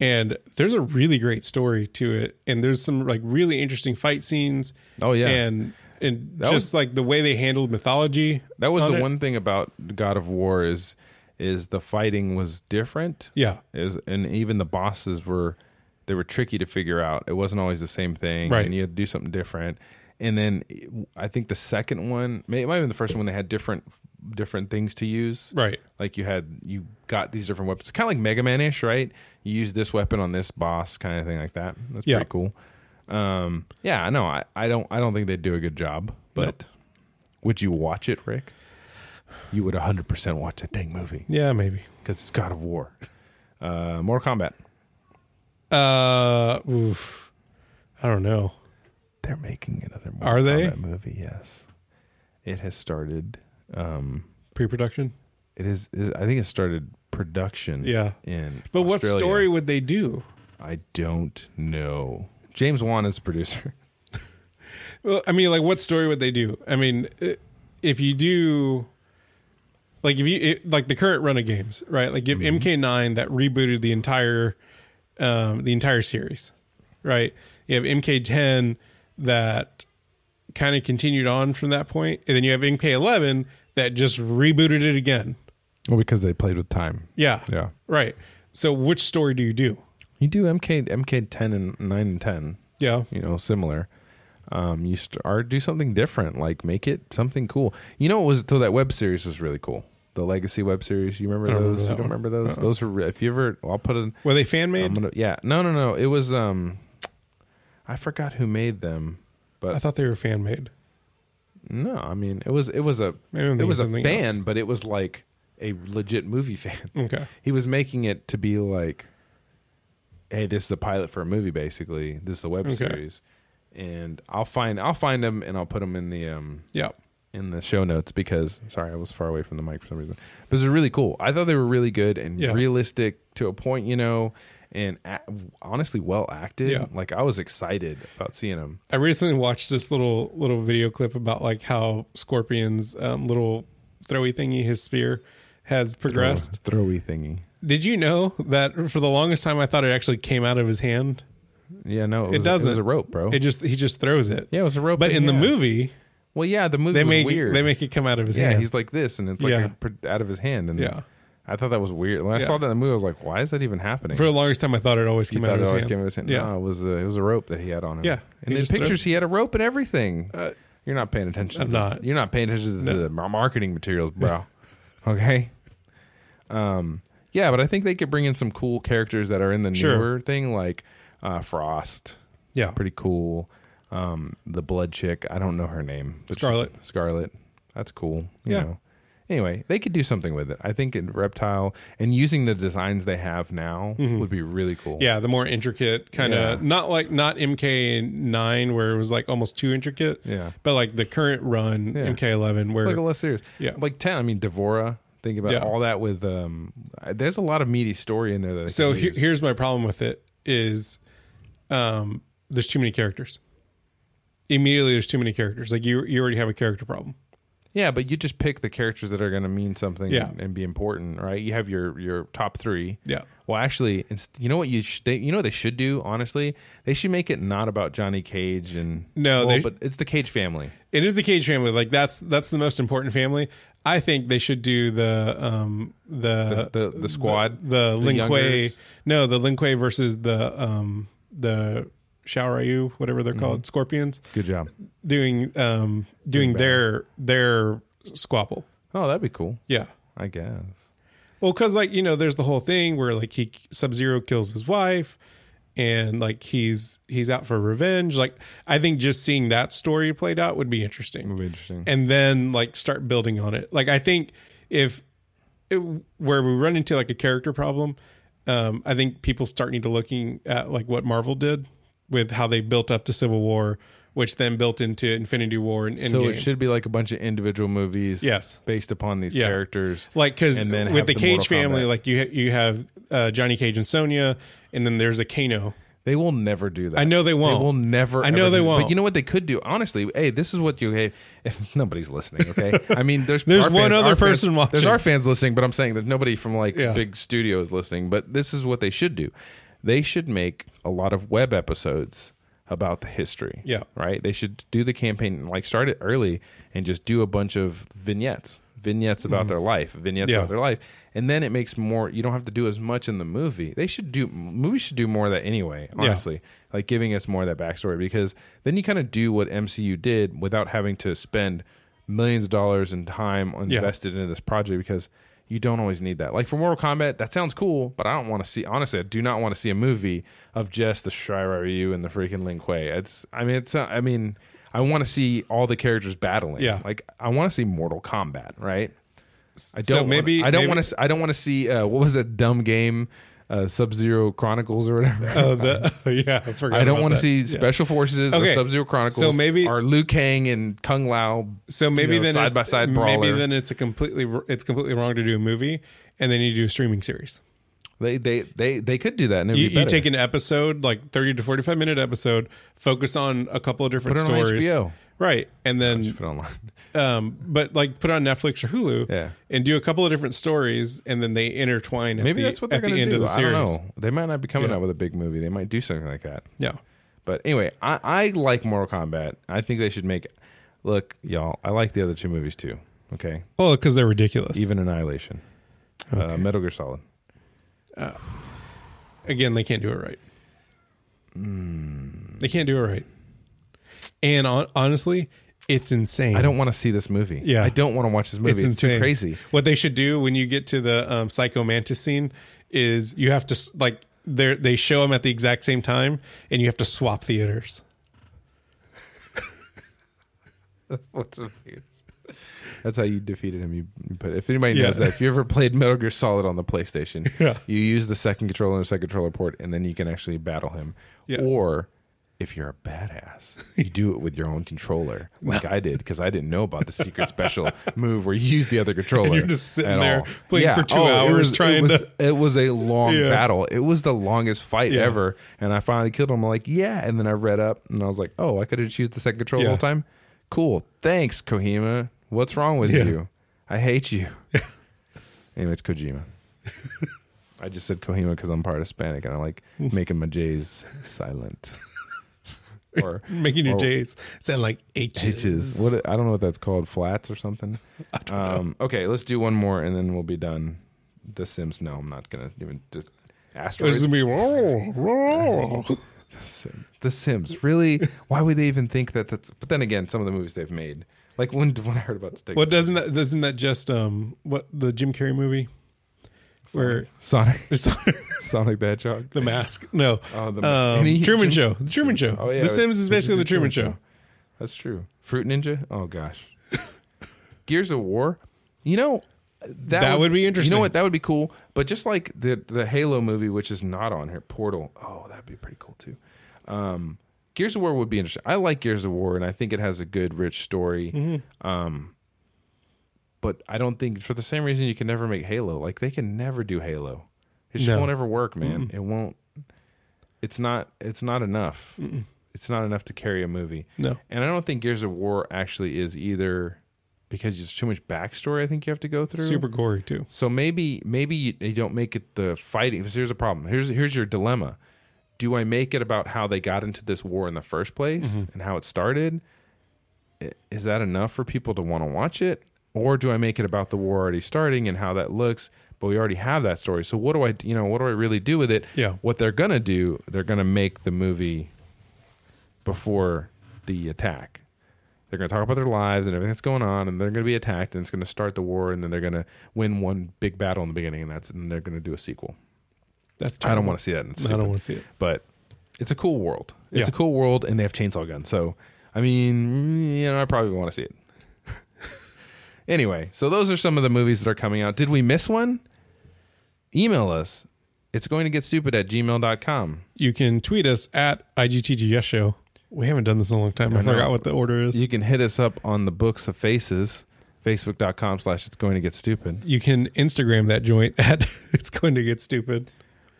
and there's a really great story to it and there's some like really interesting fight scenes
Oh yeah,
and and
That
just
was-
like the way they handled mythology.
That was
on
the
it.
one thing about God of War is is the fighting was different.
Yeah.
Is and even the bosses were they were tricky to figure out. It wasn't always the same thing.
Right.
And you had to do something different. And then it- I think the second one, may- it might have been the first one. They had different different things to use.
Right.
Like you had you got these different weapons, kind of like Mega Man ish, right? You use this weapon on this boss, kind of thing like that. That's
Yeah.
pretty cool. Um, yeah, no, I, I don't I don't think they do a good job, but would you watch it, Rick? You would 100% watch that dang movie
Yeah, maybe.
because it's God of War. Uh, More Combat.
Uh oof. I don't know.
They're making another Mortal
Are they?
Kombat movie, yes. It has started. Um,
Pre-production?
it is, is, I think it started production.
Yeah.
In
But what
Australia.
story would they do?
I don't know. James Wan is the producer.
Well, I mean, like, what story would they do? I mean, i- if you do, like, if you it, like the current run of games, right? Like, if
Mm-hmm.
MK9 that rebooted the entire, um, the entire series, right? You have MK10 that kind of continued on from that point, and then you have MK11 that just rebooted it again.
Well, because they played with time.
Yeah,
Yeah.
right. So, which story do you do?
You do MK MK ten and nine and ten.
Yeah,
you know, similar. Um, you st- or do something different, like make it something cool. You know, what was though that web series was really cool. The Legacy web series. You remember
I don't remember
those?
that
you don't
one.
remember those? Those were re- if you ever. I'll put it.
were they fan made?
I'm gonna. Yeah. No. No. No. It was. Um. I forgot who made them, but
I thought they were fan made.
no. I mean, it was. It was a.
Maybe I'm
It
thinking
was a
something
fan,
else.
but it was like a legit movie fan.
Okay,
he was making it to be like, hey, this is the pilot for a movie. Basically, this is the web
Okay.
series, and I'll find I'll find them and I'll put them in the um
yeah.
in the show notes because sorry I was far away from the mic for some reason. But it was really cool. I thought they were really good and
Yeah.
realistic to a point, you know. and a- honestly well acted.
Yeah.
Like I was excited about seeing him.
I recently watched this little little video clip about like how Scorpion's um, little throwy thingy, his spear, has progressed.
throwy thingy.
Did you know that for the longest time I thought it actually came out of his hand?
Yeah, no, it, was, It was
doesn't.
a rope, bro.
It just he just throws it.
Oh. yeah, it was a rope.
But in the
yeah.
movie,
well, yeah, the movie
they
was
make
weird.
they make it come out of his
yeah,
hand.
he's like this, and it's like
Yeah.
a pr- out of his hand, and
Yeah.
I thought that was weird. When I
Yeah.
saw that in the movie, I was like, why is that even happening?
for the longest time I thought it always
He
came out
thought
of
it
his
always
hand.
came out of his hand.
Yeah.
No, it was a, it was a rope that he had on him.
Yeah.
and
He
in
just threw-
pictures he had a rope and everything.
Uh,
You're not paying attention.
I'm
to the-
not.
You're not paying attention to
No.
the mar- marketing materials, bro. okay. Um. Yeah, but I think they could bring in some cool characters that are in the
Sure.
newer thing, like uh, Frost.
yeah.
Pretty cool. Um, the blood chick. I don't know her name. but she-
Scarlet.
Scarlet. That's cool. You
Yeah.
Know. Anyway, they could do something with it. I think in Reptile and using the designs they have now would be really cool.
Mm-hmm. Yeah, the more intricate kind of
Yeah.
not like not MK9 where it was like almost too intricate.
Yeah.
But like the current run
Yeah.
MK11 where
like a less serious.
Yeah.
like ten. I mean, Devora. Think about
Yeah.
all that with. um I- There's a lot of meaty story in there. That they
So
could
here,
use.
here's my problem with it is um there's too many characters. Immediately there's too many characters. Like you you already have a character problem.
yeah, but you just pick the characters that are going to mean something
Yeah.
and, and be important, right? You have your your top three.
Yeah.
Well, actually, it's, you know what you sh- they, you know what they should do. Honestly, they should make it not about Johnny Cage and
No,
well,
they-
but it's the Cage family.
It is the Cage family. Like that's that's the most important family. I think they should do the um the
The- the- the squad?
the, the,
The
Lin Kuei
youngers?
no the Lin Kuei versus the um the Shao Ryu whatever
Mm-hmm.
they're called scorpions
Good job.
doing um doing their their squabble.
Oh, that'd be cool.
Yeah.
I guess.
Well, because like you know, there's the whole thing where like he Sub Zero kills his wife, and like he's he's out for revenge. Like I think just seeing that story played out would be interesting,
Would be interesting.
and then like start building on it. Like I think if it, where we run into like a character problem, um, I think people start need to looking at like what Marvel did with how they built up to Civil War, which then built into Infinity War and Endgame.
so it should be like a bunch of individual movies.
Yes.
Based upon these
Yeah.
characters.
like because
And then
with
have
the
the
Cage
Mortal
family,
Kombat.
like you ha- you have uh, Johnny Cage and Sonya, and then there's a Kano.
They will never do that.
I know they won't.
They will never.
I know
ever
they
do-
won't.
But you know what they could do? Honestly, hey, this is what you. Hey, if nobody's listening, okay. I mean, there's
There's
our
one
fans-
other
our fans-
person watching.
There's our fans listening, but I'm saying there's nobody from like
Yeah.
big studios listening. But this is what they should do. They should make a lot of web episodes about the history.
Yeah.
Right. They should do the campaign like start it early and just do a bunch of vignettes, vignettes about their life, vignettes
Mm-hmm. Yeah.
about their life, and then it makes more. You don't have to do as much in the movie. They should do movies should do more of that anyway. Honestly, like giving us more of that backstory because then you kind of do what MCU did without having to spend millions of dollars in time invested into this project because you don't always need that. Like for Mortal Kombat, that sounds cool, but I don't want to see. Honestly, I do not want to see a movie of just the Shira Ryu and the freaking Lin Kuei. It's. I mean, it's. uh, I mean, I want to see all the characters battling.
Yeah.
Like I want to see Mortal Kombat. Right. I don't.
So
wanna-
maybe-
I don't
maybe-
want to. I don't want to see. Uh, what was that dumb game? Uh, Sub Zero Chronicles or whatever.
Oh, the yeah, I forgot.
I don't
about
want to
that.
see
Yeah.
Special Forces
Okay.
or Sub Zero Chronicles.
So maybe-
or Liu Kang and Kung Lao.
So maybe
you know,
then
side
it's-
by side brawler.
Maybe then it's a completely it's completely wrong to do a movie, and then you do a streaming series.
they they they they could do that. And it'd
You,
be
you
better.
take an episode like thirty to forty five minute episode, focus on a couple of different
Put it on
stories, Mm.
HBO.
right? And then,
Put it online.
um, but like put it on Netflix or Hulu,
Yeah.
and do a couple of different stories, and then they intertwine. At
Maybe
the,
that's what they're
at the
going to
end
do.
of the
I
series.
don't know. They might not be coming
Yeah.
out with a big movie. They might do something like that.
Yeah.
But anyway, I, I like Mortal Kombat. I think they should make. Look, y'all, I like the other two movies too. Okay,
Well, because they're ridiculous.
even Annihilation, uh, Metal Gear Solid.
Again, they can't do it right.
Hmm.
They can't do it right. And on, honestly, it's insane.
I don't want to see this movie.
Mm. Yeah.
I don't want to watch this movie.
It's
It's,
insane.
too crazy.
What they should do when you get to the um, psycho mantis scene is you have to s- like they they show them at the exact same time, and you have to swap theaters.
That's how you defeated him. You, you put if anybody
Yeah.
knows that if you ever played Metal Gear Solid on the PlayStation,
Yeah.
you use the second controller and the second controller port, and then you can actually battle him.
Yeah.
Or if you're a badass, you do it with your own controller, like I did, because I didn't know about the secret special move where you use the other controller.
you're just sitting
at
there
all. Oh,
playing for two
it
hours trying
it was,
to-
It was a long
Yeah.
battle. It was the longest fight
Yeah.
ever, and I finally killed him. I'm like, yeah, and then I read up and I was like, oh, I could have just used the second controller
Yeah.
the whole time. Cool, thanks, Kohima. What's wrong with
Yeah.
you? I hate you. anyway, it's Kojima. I just said Kohima because I'm part Hispanic and I like making my J's silent. or
making your
or
J's sound like H's.
H's. What I don't know what that's called, flats or something. Um, okay, let's do one more and then we'll be done. The Sims. No, I'm not gonna even just
This
asteroids.
is me. "Roar, roar."
Sim- The Sims. Really? Why would they even think that? That's. But then again, some of the movies they've made, like when when I heard about the Tick-
What doesn't that doesn't that just um what the Jim Carrey movie where
Sonic,
the
Sonic the Hedgehog.
mask? No,
Oh, the
um,
Any-
Truman Show. The Truman Show.
Oh, yeah,
the
it's-
Sims is basically the Truman Show.
That's true. Fruit Ninja. Oh gosh. Gears of War. You know that,
That would be
You
interesting.
know what? That would be cool. But just like the the Halo movie, which is not on here, Portal. Oh, that'd be pretty cool too. Um, Gears of War would be interesting. I like Gears of War, and I think it has a good, rich story.
Mm-hmm.
Um, but I don't think for the same reason you can never make Halo. Like they can never do Halo. It just
No.
won't ever work, man. It won't. It's not. It's not enough. It's not enough to carry a movie.
No.
And I don't think Gears of War actually is either because there's too much backstory I think you have to go through.
Super gory too.
So maybe maybe you, you don't make it the fighting. 'cause here's a problem. Here's here's your dilemma. Do I make it about how they got into this war in the first place and how it started? I- Is that enough for people to want to watch it, or do I make it about the war already starting and how that looks? But we already have that story. So what do I you know what do I really do with it?
Yeah.
What they're gonna do? They're gonna make the movie before the attack. They're going to talk about their lives and everything that's going on, and they're going to be attacked, and it's going to start the war, and then they're going to win one big battle in the beginning, and that's and they're going to do a sequel.
That's
I don't
terrible.
want to see that.
I don't want to see it.
but it's a cool world.
Yeah.
It's a cool world, and they have chainsaw guns. So, I mean, mm, you know, I probably want to see it. anyway, so those are some of the movies that are coming out. Did we miss one? Email us. It's going to get stupid at gmail.com.
You can tweet us at IGTGS show. We haven't done this in a long time. I
No,
forgot
no.
what the order is.
You can hit us up on the books of faces, facebook.com slash it's going to get stupid.
you can Instagram that joint at it's going to get stupid.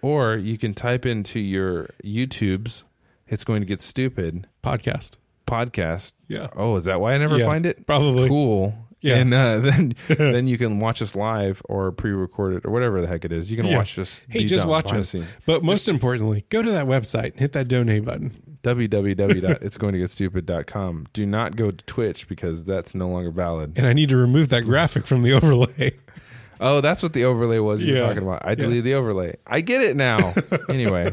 Or you can type into your YouTube's It's Going to Get Stupid
Podcast.
podcast.
Yeah.
Oh, is that why I never
Yeah,
find it?
Probably.
Cool.
Yeah.
And uh, then then you can watch us live or pre record it or whatever the heck it is. You can
Yeah.
watch us.
Hey,
be
just
dumb
watch
behind the
us.
scenes.
But most importantly, go to that website and hit that donate button.
www.itsgoingtogetstupid.com. Do not go to Twitch because that's no longer valid.
And I need to remove that graphic from the overlay.
Oh, that's what the overlay was you
Yeah.
were talking about. I
Yeah.
deleted the overlay. I get it now. anyway.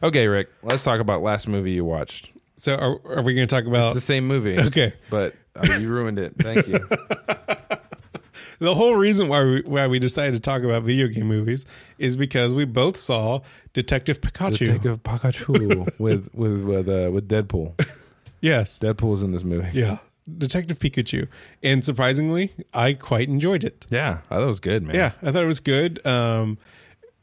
Okay, Rick, let's talk about last movie you watched.
So are, are we going to talk
It's
about
the same movie.
Okay.
But uh, you ruined it. Thank you.
the whole reason why we, why we decided to talk about video game movies is because we both saw Detective Pikachu.
Take of Pikachu with with with uh, with Deadpool.
yes.
Deadpool's in this movie.
Yeah. Detective Pikachu. And surprisingly, I quite enjoyed it.
Yeah, I thought it was good, man.
Yeah, I thought it was good. Um,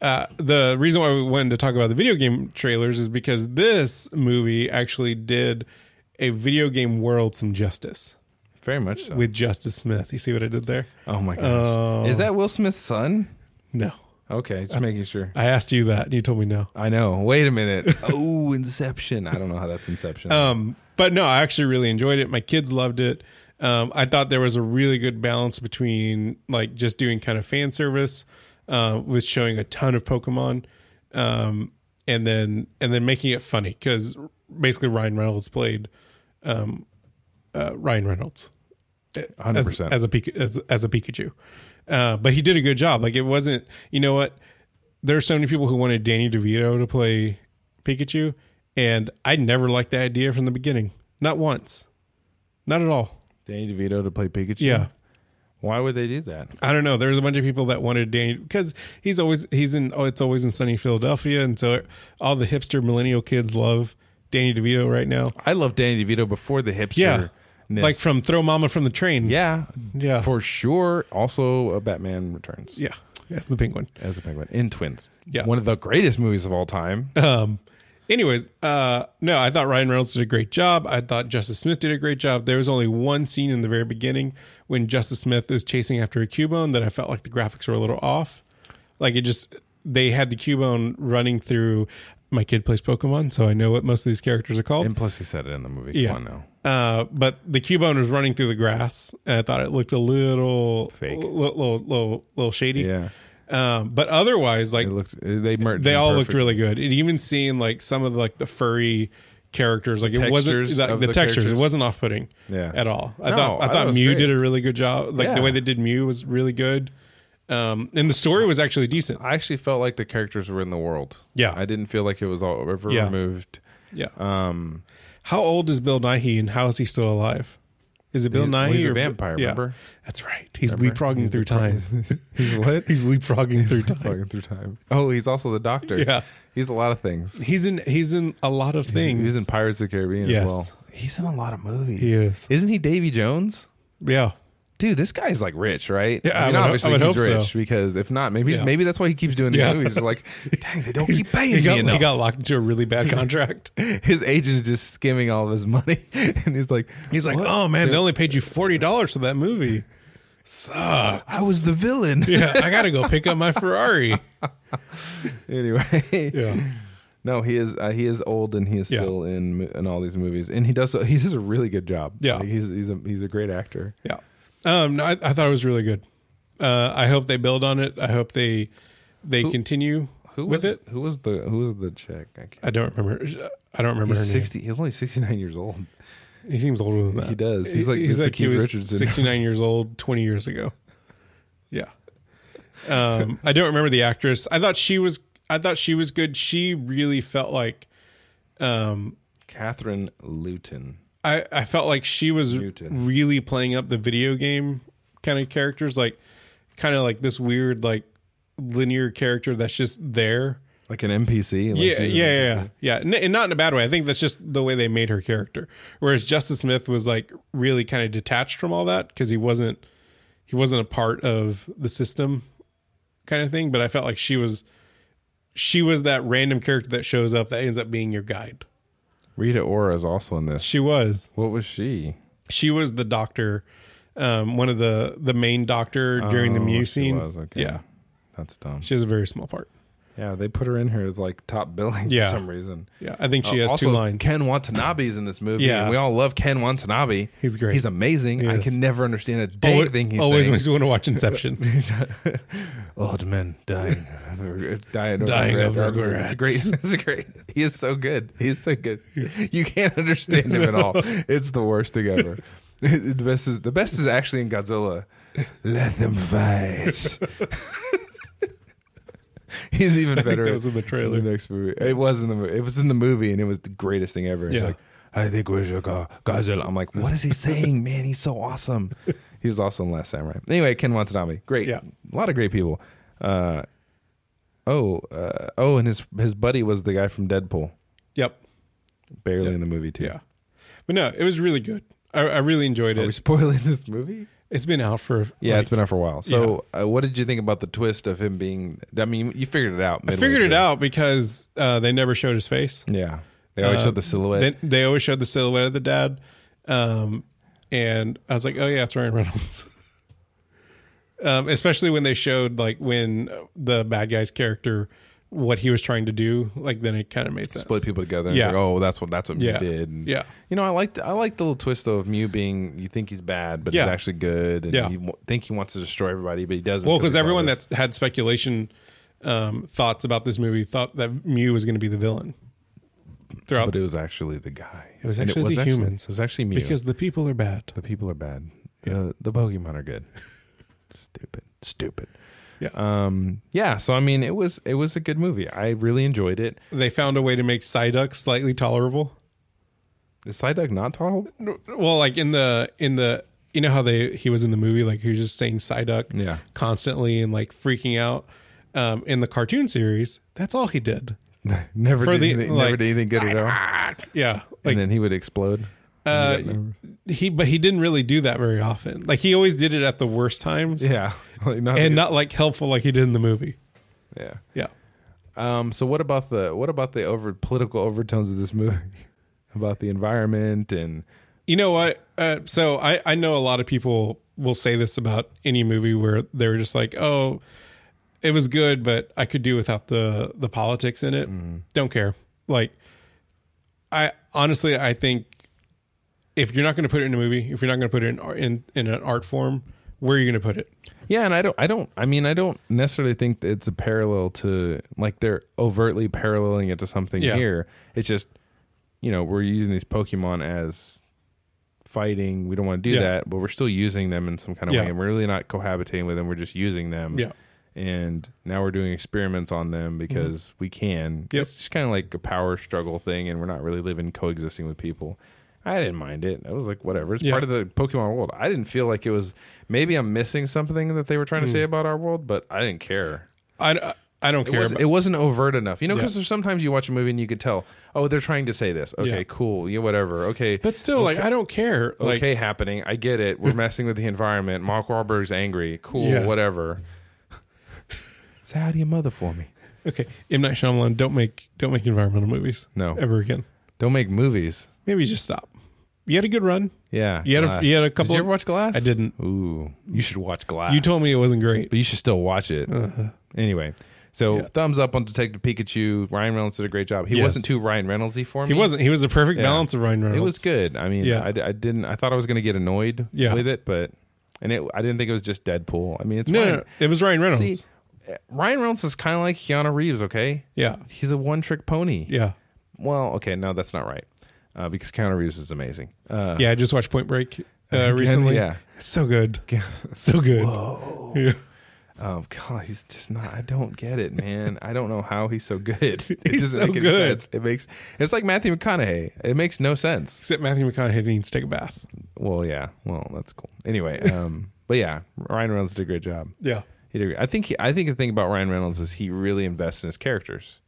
uh, the reason why we wanted to talk about the video game trailers is because this movie actually did a video game world some justice
very much so.
with Justice Smith. You see what I did there?
oh my gosh,
Oh.
is that Will Smith's son?
No,
Okay, just making sure.
I asked you that, and you told me no.
I know. Wait a minute. Oh, Inception. I don't know how that's Inception.
Um, but no, I actually really enjoyed it. My kids loved it. Um, I thought there was a really good balance between like just doing kind of fan service uh, with showing a ton of Pokemon, um, and then and then making it funny because basically Ryan Reynolds played um, uh, Ryan Reynolds
Hundred
as,
percent.
as a Pika- as, as a Pikachu. Uh, but he did a good job. Like it wasn't, you know what? There are so many people who wanted Danny DeVito to play Pikachu, and I never liked the idea from the beginning. Not once, not at all.
Danny DeVito to play Pikachu.
Yeah,
Why would they do that?
I don't know. There was a bunch of people that wanted Danny because he's always he's in. Oh, it's always in sunny Philadelphia, and so all the hipster millennial kids love Danny DeVito right now.
I love Danny DeVito before the hipster.
Yeah, like from Throw Mama from the Train.
yeah,
yeah,
for sure. Also, uh, Batman Returns
yeah. That's the penguin.
as the Penguin in Twins.
Yeah.
one of the greatest movies of all time.
Um, Anyways, uh, no, I thought Ryan Reynolds did a great job. I thought Justice Smith did a great job. There was only one scene in the very beginning when Justice Smith is chasing after a Cubone that I felt like the graphics were a little off. Like it just, they had the Cubone running through. My kid plays Pokemon, so I know what most of these characters are called.
And plus, he said it in the movie.
Yeah.
Come on now.
Uh, but the Cubone was running through the grass, and I thought it looked a little
Fake.
little little little, little shady.
Yeah.
Um, but otherwise, like
It looks, uh, they merged.
they
them
all looked
perfect.
really good. And even seeing like some of like the furry characters, like it wasn't
textures
that- the,
of the
textures. It
characters.
wasn't off putting
Yeah.
at all. I
No,
thought I
I thought it
thought
was
Mew
great.
did a really good job. Like the
Yeah.
way they did Mew was really good. Um, and the story was actually decent.
I actually felt like the characters were in the world.
Yeah.
I didn't feel like it was all ever
Yeah.
removed.
Yeah.
Um,
How old is Bill Nighy and how is he still alive? Is it Bill
He's- well,
Nighy?
he's a
or-
vampire, remember?
That's right. He's leapfrogging through time.
he's what?
he's leapfrogging through time.
Fucking through time. Oh, he's also the doctor.
Yeah.
He's a lot of things.
He's in he's in a lot of
He's-
things.
He's in Pirates of the Caribbean
Yes.
as well. He's in a lot of movies.
He is.
Isn't he Davy Jones?
yeah.
Dude, this guy's like rich, right?
Yeah, I would ho-
obviously
I would
he's
hope so.
rich because if not, maybe
Yeah.
maybe that's why he keeps doing the
Yeah.
movies. He's like, dang, they don't keep
He got,
paying me
he
enough.
got locked into a really bad contract.
his agent is just skimming all of his money, and he's like,
He's like,
"What?
oh man, they only paid you forty dollars for that movie. Sucks.
I was the villain."
Yeah, I gotta go pick up my Ferrari.
anyway,
Yeah,
no, he is uh, he is old and he is
Yeah.
still in mo- in all these movies, and he does he does a really good job.
Yeah.
Like, he's he's a he's a great actor.
yeah. Um, no, I, I thought it was really good. Uh, I hope they build on it. I hope they they continue
Who
with
was
it.
Who was the who was the chick? I can't.
I don't remember. I don't remember her
He's sixty. He's only sixty nine years old.
name. He seems older than that.
He does. He's like-
he's
it's the
like he
Keith
was
Richards in-
sixty nine years old twenty years ago. Yeah. Um, I don't remember the actress. I thought she was. I thought she was good. She really felt like. Um,
Catherine Luton.
I, I felt like she was
Newton.
really playing up the video game kind of characters, like kind of like this weird like linear character that's just there.
Like an NPC. Like
Yeah,
she's a-
yeah, yeah, yeah, yeah, N- and not in a bad way. I think that's just the way they made her character. Whereas Justice Smith was like really kind of detached from all that because he wasn't he wasn't a part of the system kind of thing. But I felt like she was she was that random character that shows up that ends up being your guide.
Rita Ora is also in this.
She was.
What was she?
she was the doctor um one of the the main doctor during the
Oh,
Mew
she
scene
was, okay.
yeah
That's dumb.
she has a very small part
Yeah, they put her in here as like top billing
Yeah.
for some reason.
yeah i think she
Uh,
has
also,
two lines
Ken Watanabe's in this movie.
Yeah.
and we all love Ken Watanabe.
He's great.
He's amazing.
He
I
is.
can never understand a dang
always,
thing he's
always
saying.
makes me want to watch inception
Old men dying, dying,
Dying of
regret. It's great.
regrets.
It's great. He is so good. He is so good. You can't understand him at all. It's the worst thing ever. the best is the best is actually in Godzilla. Let them fight. He's even
think
better.
that was in the trailer.
the next movie. It was in the movie. It was in the movie, and it was the greatest thing ever. It's
Yeah.
like, I think we should go Godzilla. I'm like, what is he saying, man? He's so awesome. He was awesome last Samurai. Anyway, Ken Watanabe, great.
Yeah.
a lot of great people. Uh, oh, uh, oh, and his his buddy was the guy from Deadpool,
yep
barely in the movie too.
yeah but no it was really good i, I really enjoyed
Are we
it
spoiling this movie?
it's been out for
Yeah,
like-
it's been out for a while. So, uh, what did you think about the twist of him being? I mean, you figured it out.
i figured it out because uh they never showed his face
Yeah, they always
Uh,
showed the silhouette.
they, they always showed the silhouette of the dad um and i was like oh yeah it's ryan reynolds um especially when they showed like when the bad guy's character what he was trying to do like then it kind of made sense
split people together.
Yeah.
Yeah. oh, that's what that's what
Yeah.
Mew did. And,
Yeah.
You know, I like I like the little twist though of Mew being you think he's bad, but
Yeah.
he's actually good, and
Yeah.
you w- think he wants to destroy everybody, but he doesn't.
well because
he's
everyone
always-
that's had speculation um thoughts about this movie thought that mew was going to be the villain throughout
but it was actually the guy. And It
was actually the humans.
It was actually Mew
because the people are bad
the people are bad. The, the Pokemon are good. stupid, stupid.
Yeah.
Um. Yeah. So I mean, it was it was a good movie. I really enjoyed it.
they found a way to make psyduck slightly tolerable
Is Psyduck not tall?
well like in the in the you know how they he was in the movie like he was just saying psyduck
Yeah.
constantly and like freaking out um in the cartoon series that's all he did
Never
For
did
the-
anything,
like,
never did anything good at all.
yeah
And
like
then he would explode.
uh he but he didn't really do that very often like he always did it at the worst times
Yeah. Like, not
and not like helpful like he did in the movie
yeah.
yeah
Um, so what about the what about the over political overtones of this movie? about the environment and
You know what? Uh, so I, I know a lot of people will say this about any movie where they're just like, oh, it was good, but I could do without the the politics in it.
Mm-hmm.
Don't care. Like, I honestly, I think if you're not going to put it in a movie, if you're not going to put it in, ar- in in an art form, where are you going to put it?
Yeah, and I don't, I don't, I mean, I don't necessarily think that it's a parallel to like they're overtly paralleling it to something
Yeah.
here. It's just, you know, we're using these Pokemon as fighting. We don't want to do
Yeah.
that, but we're still using them in some kind of
Yeah.
way, and we're really not cohabitating with them. We're just using them.
Yeah. Mm-hmm.
And now we're doing experiments on them because we can.
Yep.
It's just kind of like a power struggle thing, and we're not really living coexisting with people. I didn't mind it. I was like, whatever. It's
Yeah.
part of the Pokemon world. I didn't feel like it was. Maybe I'm missing something that they were
Mm.
trying to say about our world, but I didn't care.
I, I don't
It
care. about-
wasn't, it wasn't overt enough, you know.
Yeah.
Because there's sometimes you watch a movie and you could tell, oh, they're trying to say this. Okay,
Yeah.
cool. Yeah, whatever. Okay,
but still, like, I don't care. Like,
okay, happening. I get it. We're messing with the environment. Mark Wahlberg's angry. Cool.
Yeah.
Whatever. say hi to your mother for me.
okay, M Night Shyamalan, don't make don't make environmental movies
No,
ever again.
don't make movies.
Maybe just stop. You had a good run.
Yeah,
You had a,
Glass.
you had a
Uh, Did
couple.
you ever watch Glass?
I didn't.
Ooh, you should watch Glass.
You told me it wasn't great.
but you should still watch it. Anyway, so
Yeah.
thumbs up on Detective Pikachu. Ryan Reynolds did a great job. He
Yes.
wasn't too Ryan Reynoldsy for
He
me.
wasn't. He was a perfect
Yeah.
balance of Ryan Reynolds.
It was good. I mean,
Yeah.
I, I didn't. I thought I was going to get annoyed
Yeah.
with it, but and it, I didn't think it was just Deadpool. I mean, it's
No,
Ryan.
no, no, it was Ryan Reynolds.
See, eh, Ryan Reynolds is kind of like Keanu Reeves. Okay,
yeah,
he's a one-trick pony.
yeah,
Well, okay, no, that's not right. Uh, because Keanu Reeves is amazing. Uh,
yeah. I just watched Point Break uh,
Again,
recently.
yeah.
so good, so good. Yeah.
Oh God, he's just not. I don't get it, man. I don't know how he's so good. It
He's
doesn't
so
make any
good.
sense. It makes it's like Matthew McConaughey. It makes no sense.
Except Matthew McConaughey needs to take a bath.
Well, yeah. Well, that's cool. Anyway, um, but yeah, Ryan Reynolds did a great job.
Yeah,
He did. a great- I think. He, I think the thing about Ryan Reynolds is he really invests in his characters,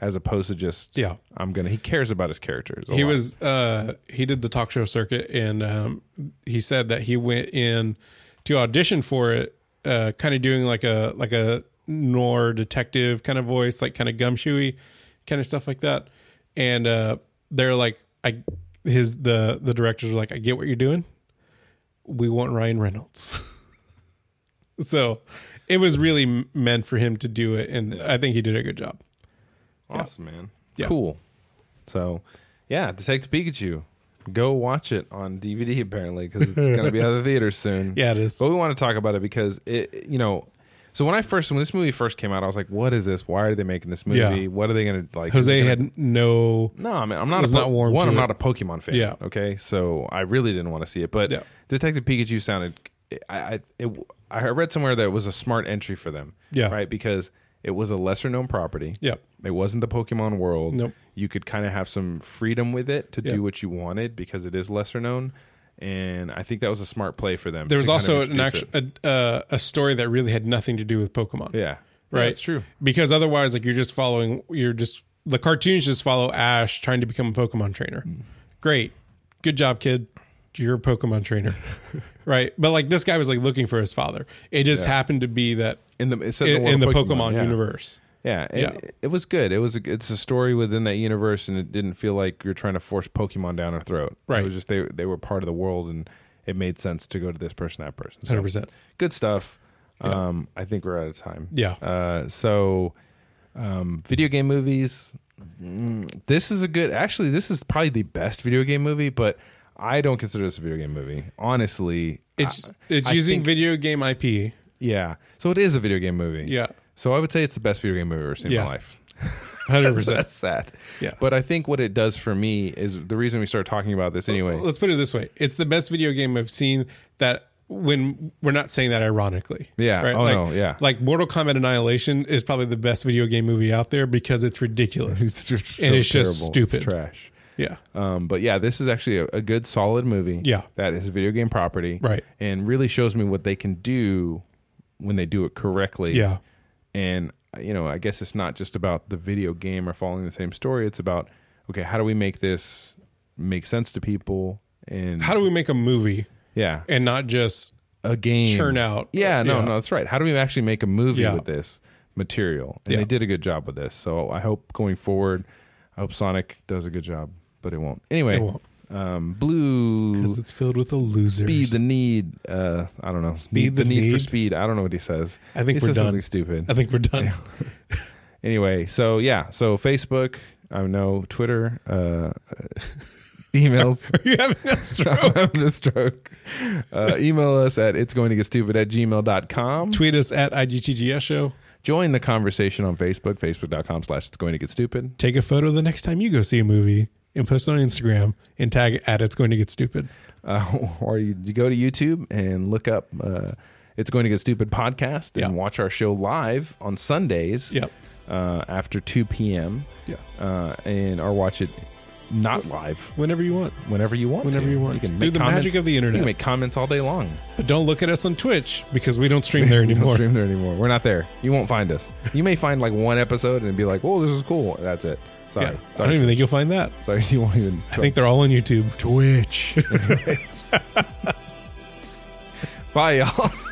as opposed to just
Yeah.
I'm gonna. He cares about his characters. a
he
lot.
was. Uh, he did the talk show circuit, and um, he said that he went in to audition for it, uh, kind of doing like a like a noir detective kind of voice, like kind of gumshoey, kind of stuff like that. And uh, they're like, I his the the directors were like, I get what you're doing. We want Ryan Reynolds. so it was really m- meant for him to do it, and I think he did a good job.
awesome, man.
Yeah.
Cool. So, yeah, Detective Pikachu. Go watch it on DVD apparently because it's gonna be out of the theaters soon.
Yeah, it is.
But we want to talk about it because it, you know, so when I first when this movie first came out, I was like, "What is this? Why are they making this movie?
Yeah.
What are they going to like?" is it
Jose
gonna-
had no.
no. I mean, I'm not.
was
a po-
not warm
One,
to
I'm
it.
not a Pokemon fan.
Yeah.
Okay, so I really didn't want to see it, but
Yeah.
Detective Pikachu sounded. I I, it, I read somewhere that it was a smart entry for them.
Yeah.
Right, because it was a lesser known property.
Yeah.
It wasn't the Pokemon world.
Nope.
You could kind of have some freedom with it to
Yeah.
do what you wanted because it is lesser known. And I think that was a smart play for them.
There was
to kind of
also an
introduce
actual
it.
a, uh, a story that really had nothing to do with Pokemon.
Yeah.
Right.
That's true.
Because otherwise, like you're just following, you're just the cartoons just follow Ash trying to become a Pokemon trainer.
Mm.
Great, good job, kid. You're a Pokemon trainer, right? But like this guy was like looking for his father. It just happened to be that
In the, it's
i- in,
world
the
of
Pokemon,
yeah.
universe.
Yeah, it,
Yeah.
it was good. It was a, it's a story within that universe, and it didn't feel like you're trying to force Pokemon down our throat.
Right.
It was just they they were part of the world, and it made sense to go to this person, that person. So,
Hundred percent.
good stuff. Um, I think we're out of time.
Yeah.
Uh, so, um, video game movies. mm, This is a good. Actually, this is probably the best video game movie, but I don't consider this a video game movie. Honestly,
It's
I-
it's
I
using
think-
video game IP.
yeah. So it is a video game movie.
Yeah,
So I would say it's the best video game movie I've ever seen in
Yeah.
my life.
hundred percent.
That's sad.
Yeah.
But I think what it does for me is the reason we started talking about this anyway.
Let's put it this way: it's the best video game I've seen. That when we're not saying that ironically,
Yeah.
Right?
Oh,
like,
no. Yeah.
Like Mortal Kombat Annihilation is probably the best video game movie out there because it's ridiculous
just
and
so
it's just
terrible.
stupid.
It's trash.
yeah,
Um, but yeah, this is actually a, a good, solid movie.
Yeah.
That is a video game property.
Right.
And really shows me what they can do when they do it correctly.
yeah,
And, you know, I guess it's not just about the video game or following the same story. It's about, okay, how do we make this make sense to people? And
how do we make a movie
yeah,
and not just
a game
churn out?
Yeah, no, no, that's right. How do we actually make a movie
Yeah.
with this material, and
Yeah.
they did a good job with this. So I hope going forward, I hope Sonic does a good job, but it won't. Anyway,
It won't.
Um, blue
because it's filled with the losers.
speed the need. Uh, I don't know.
Speed
the,
the
need for
need?
speed. I don't know what he says.
I think
he
we're
says
done.
something stupid.
I think we're done.
anyway, so yeah, so Facebook, I know Twitter, uh, emails.
Are you having a stroke?
the stroke. Uh, email us at it's going to get stupid at gmail.com.
Tweet us at IGTGS show.
Join the conversation on Facebook, facebook.com slash it's going to get stupid.
Take a photo the next time you go see a movie and post it on Instagram and tag it at it's going to get stupid.
Uh, or you, you go to YouTube and look up uh, it's going to get stupid podcast
Yeah.
and watch our show live on Sundays
Yep.
uh, after 2 p.m.
Yeah.
Uh, and or watch it not live
Whenever you want.
whenever you want.
Whenever
to.
you want.
You can
Through
make
the
comments-
magic of the
You
internet.
can make comments all day long.
But don't look at us on Twitch because we don't stream there anymore.
don't stream there anymore. We're not there. You won't find us. You may find like one episode and be like, "Oh, this is cool." That's it. Sorry,
Yeah. I don't
sorry,
even think you'll find that.
sorry. You won't even.
I think they're all on YouTube. Twitch.
Bye, y'all.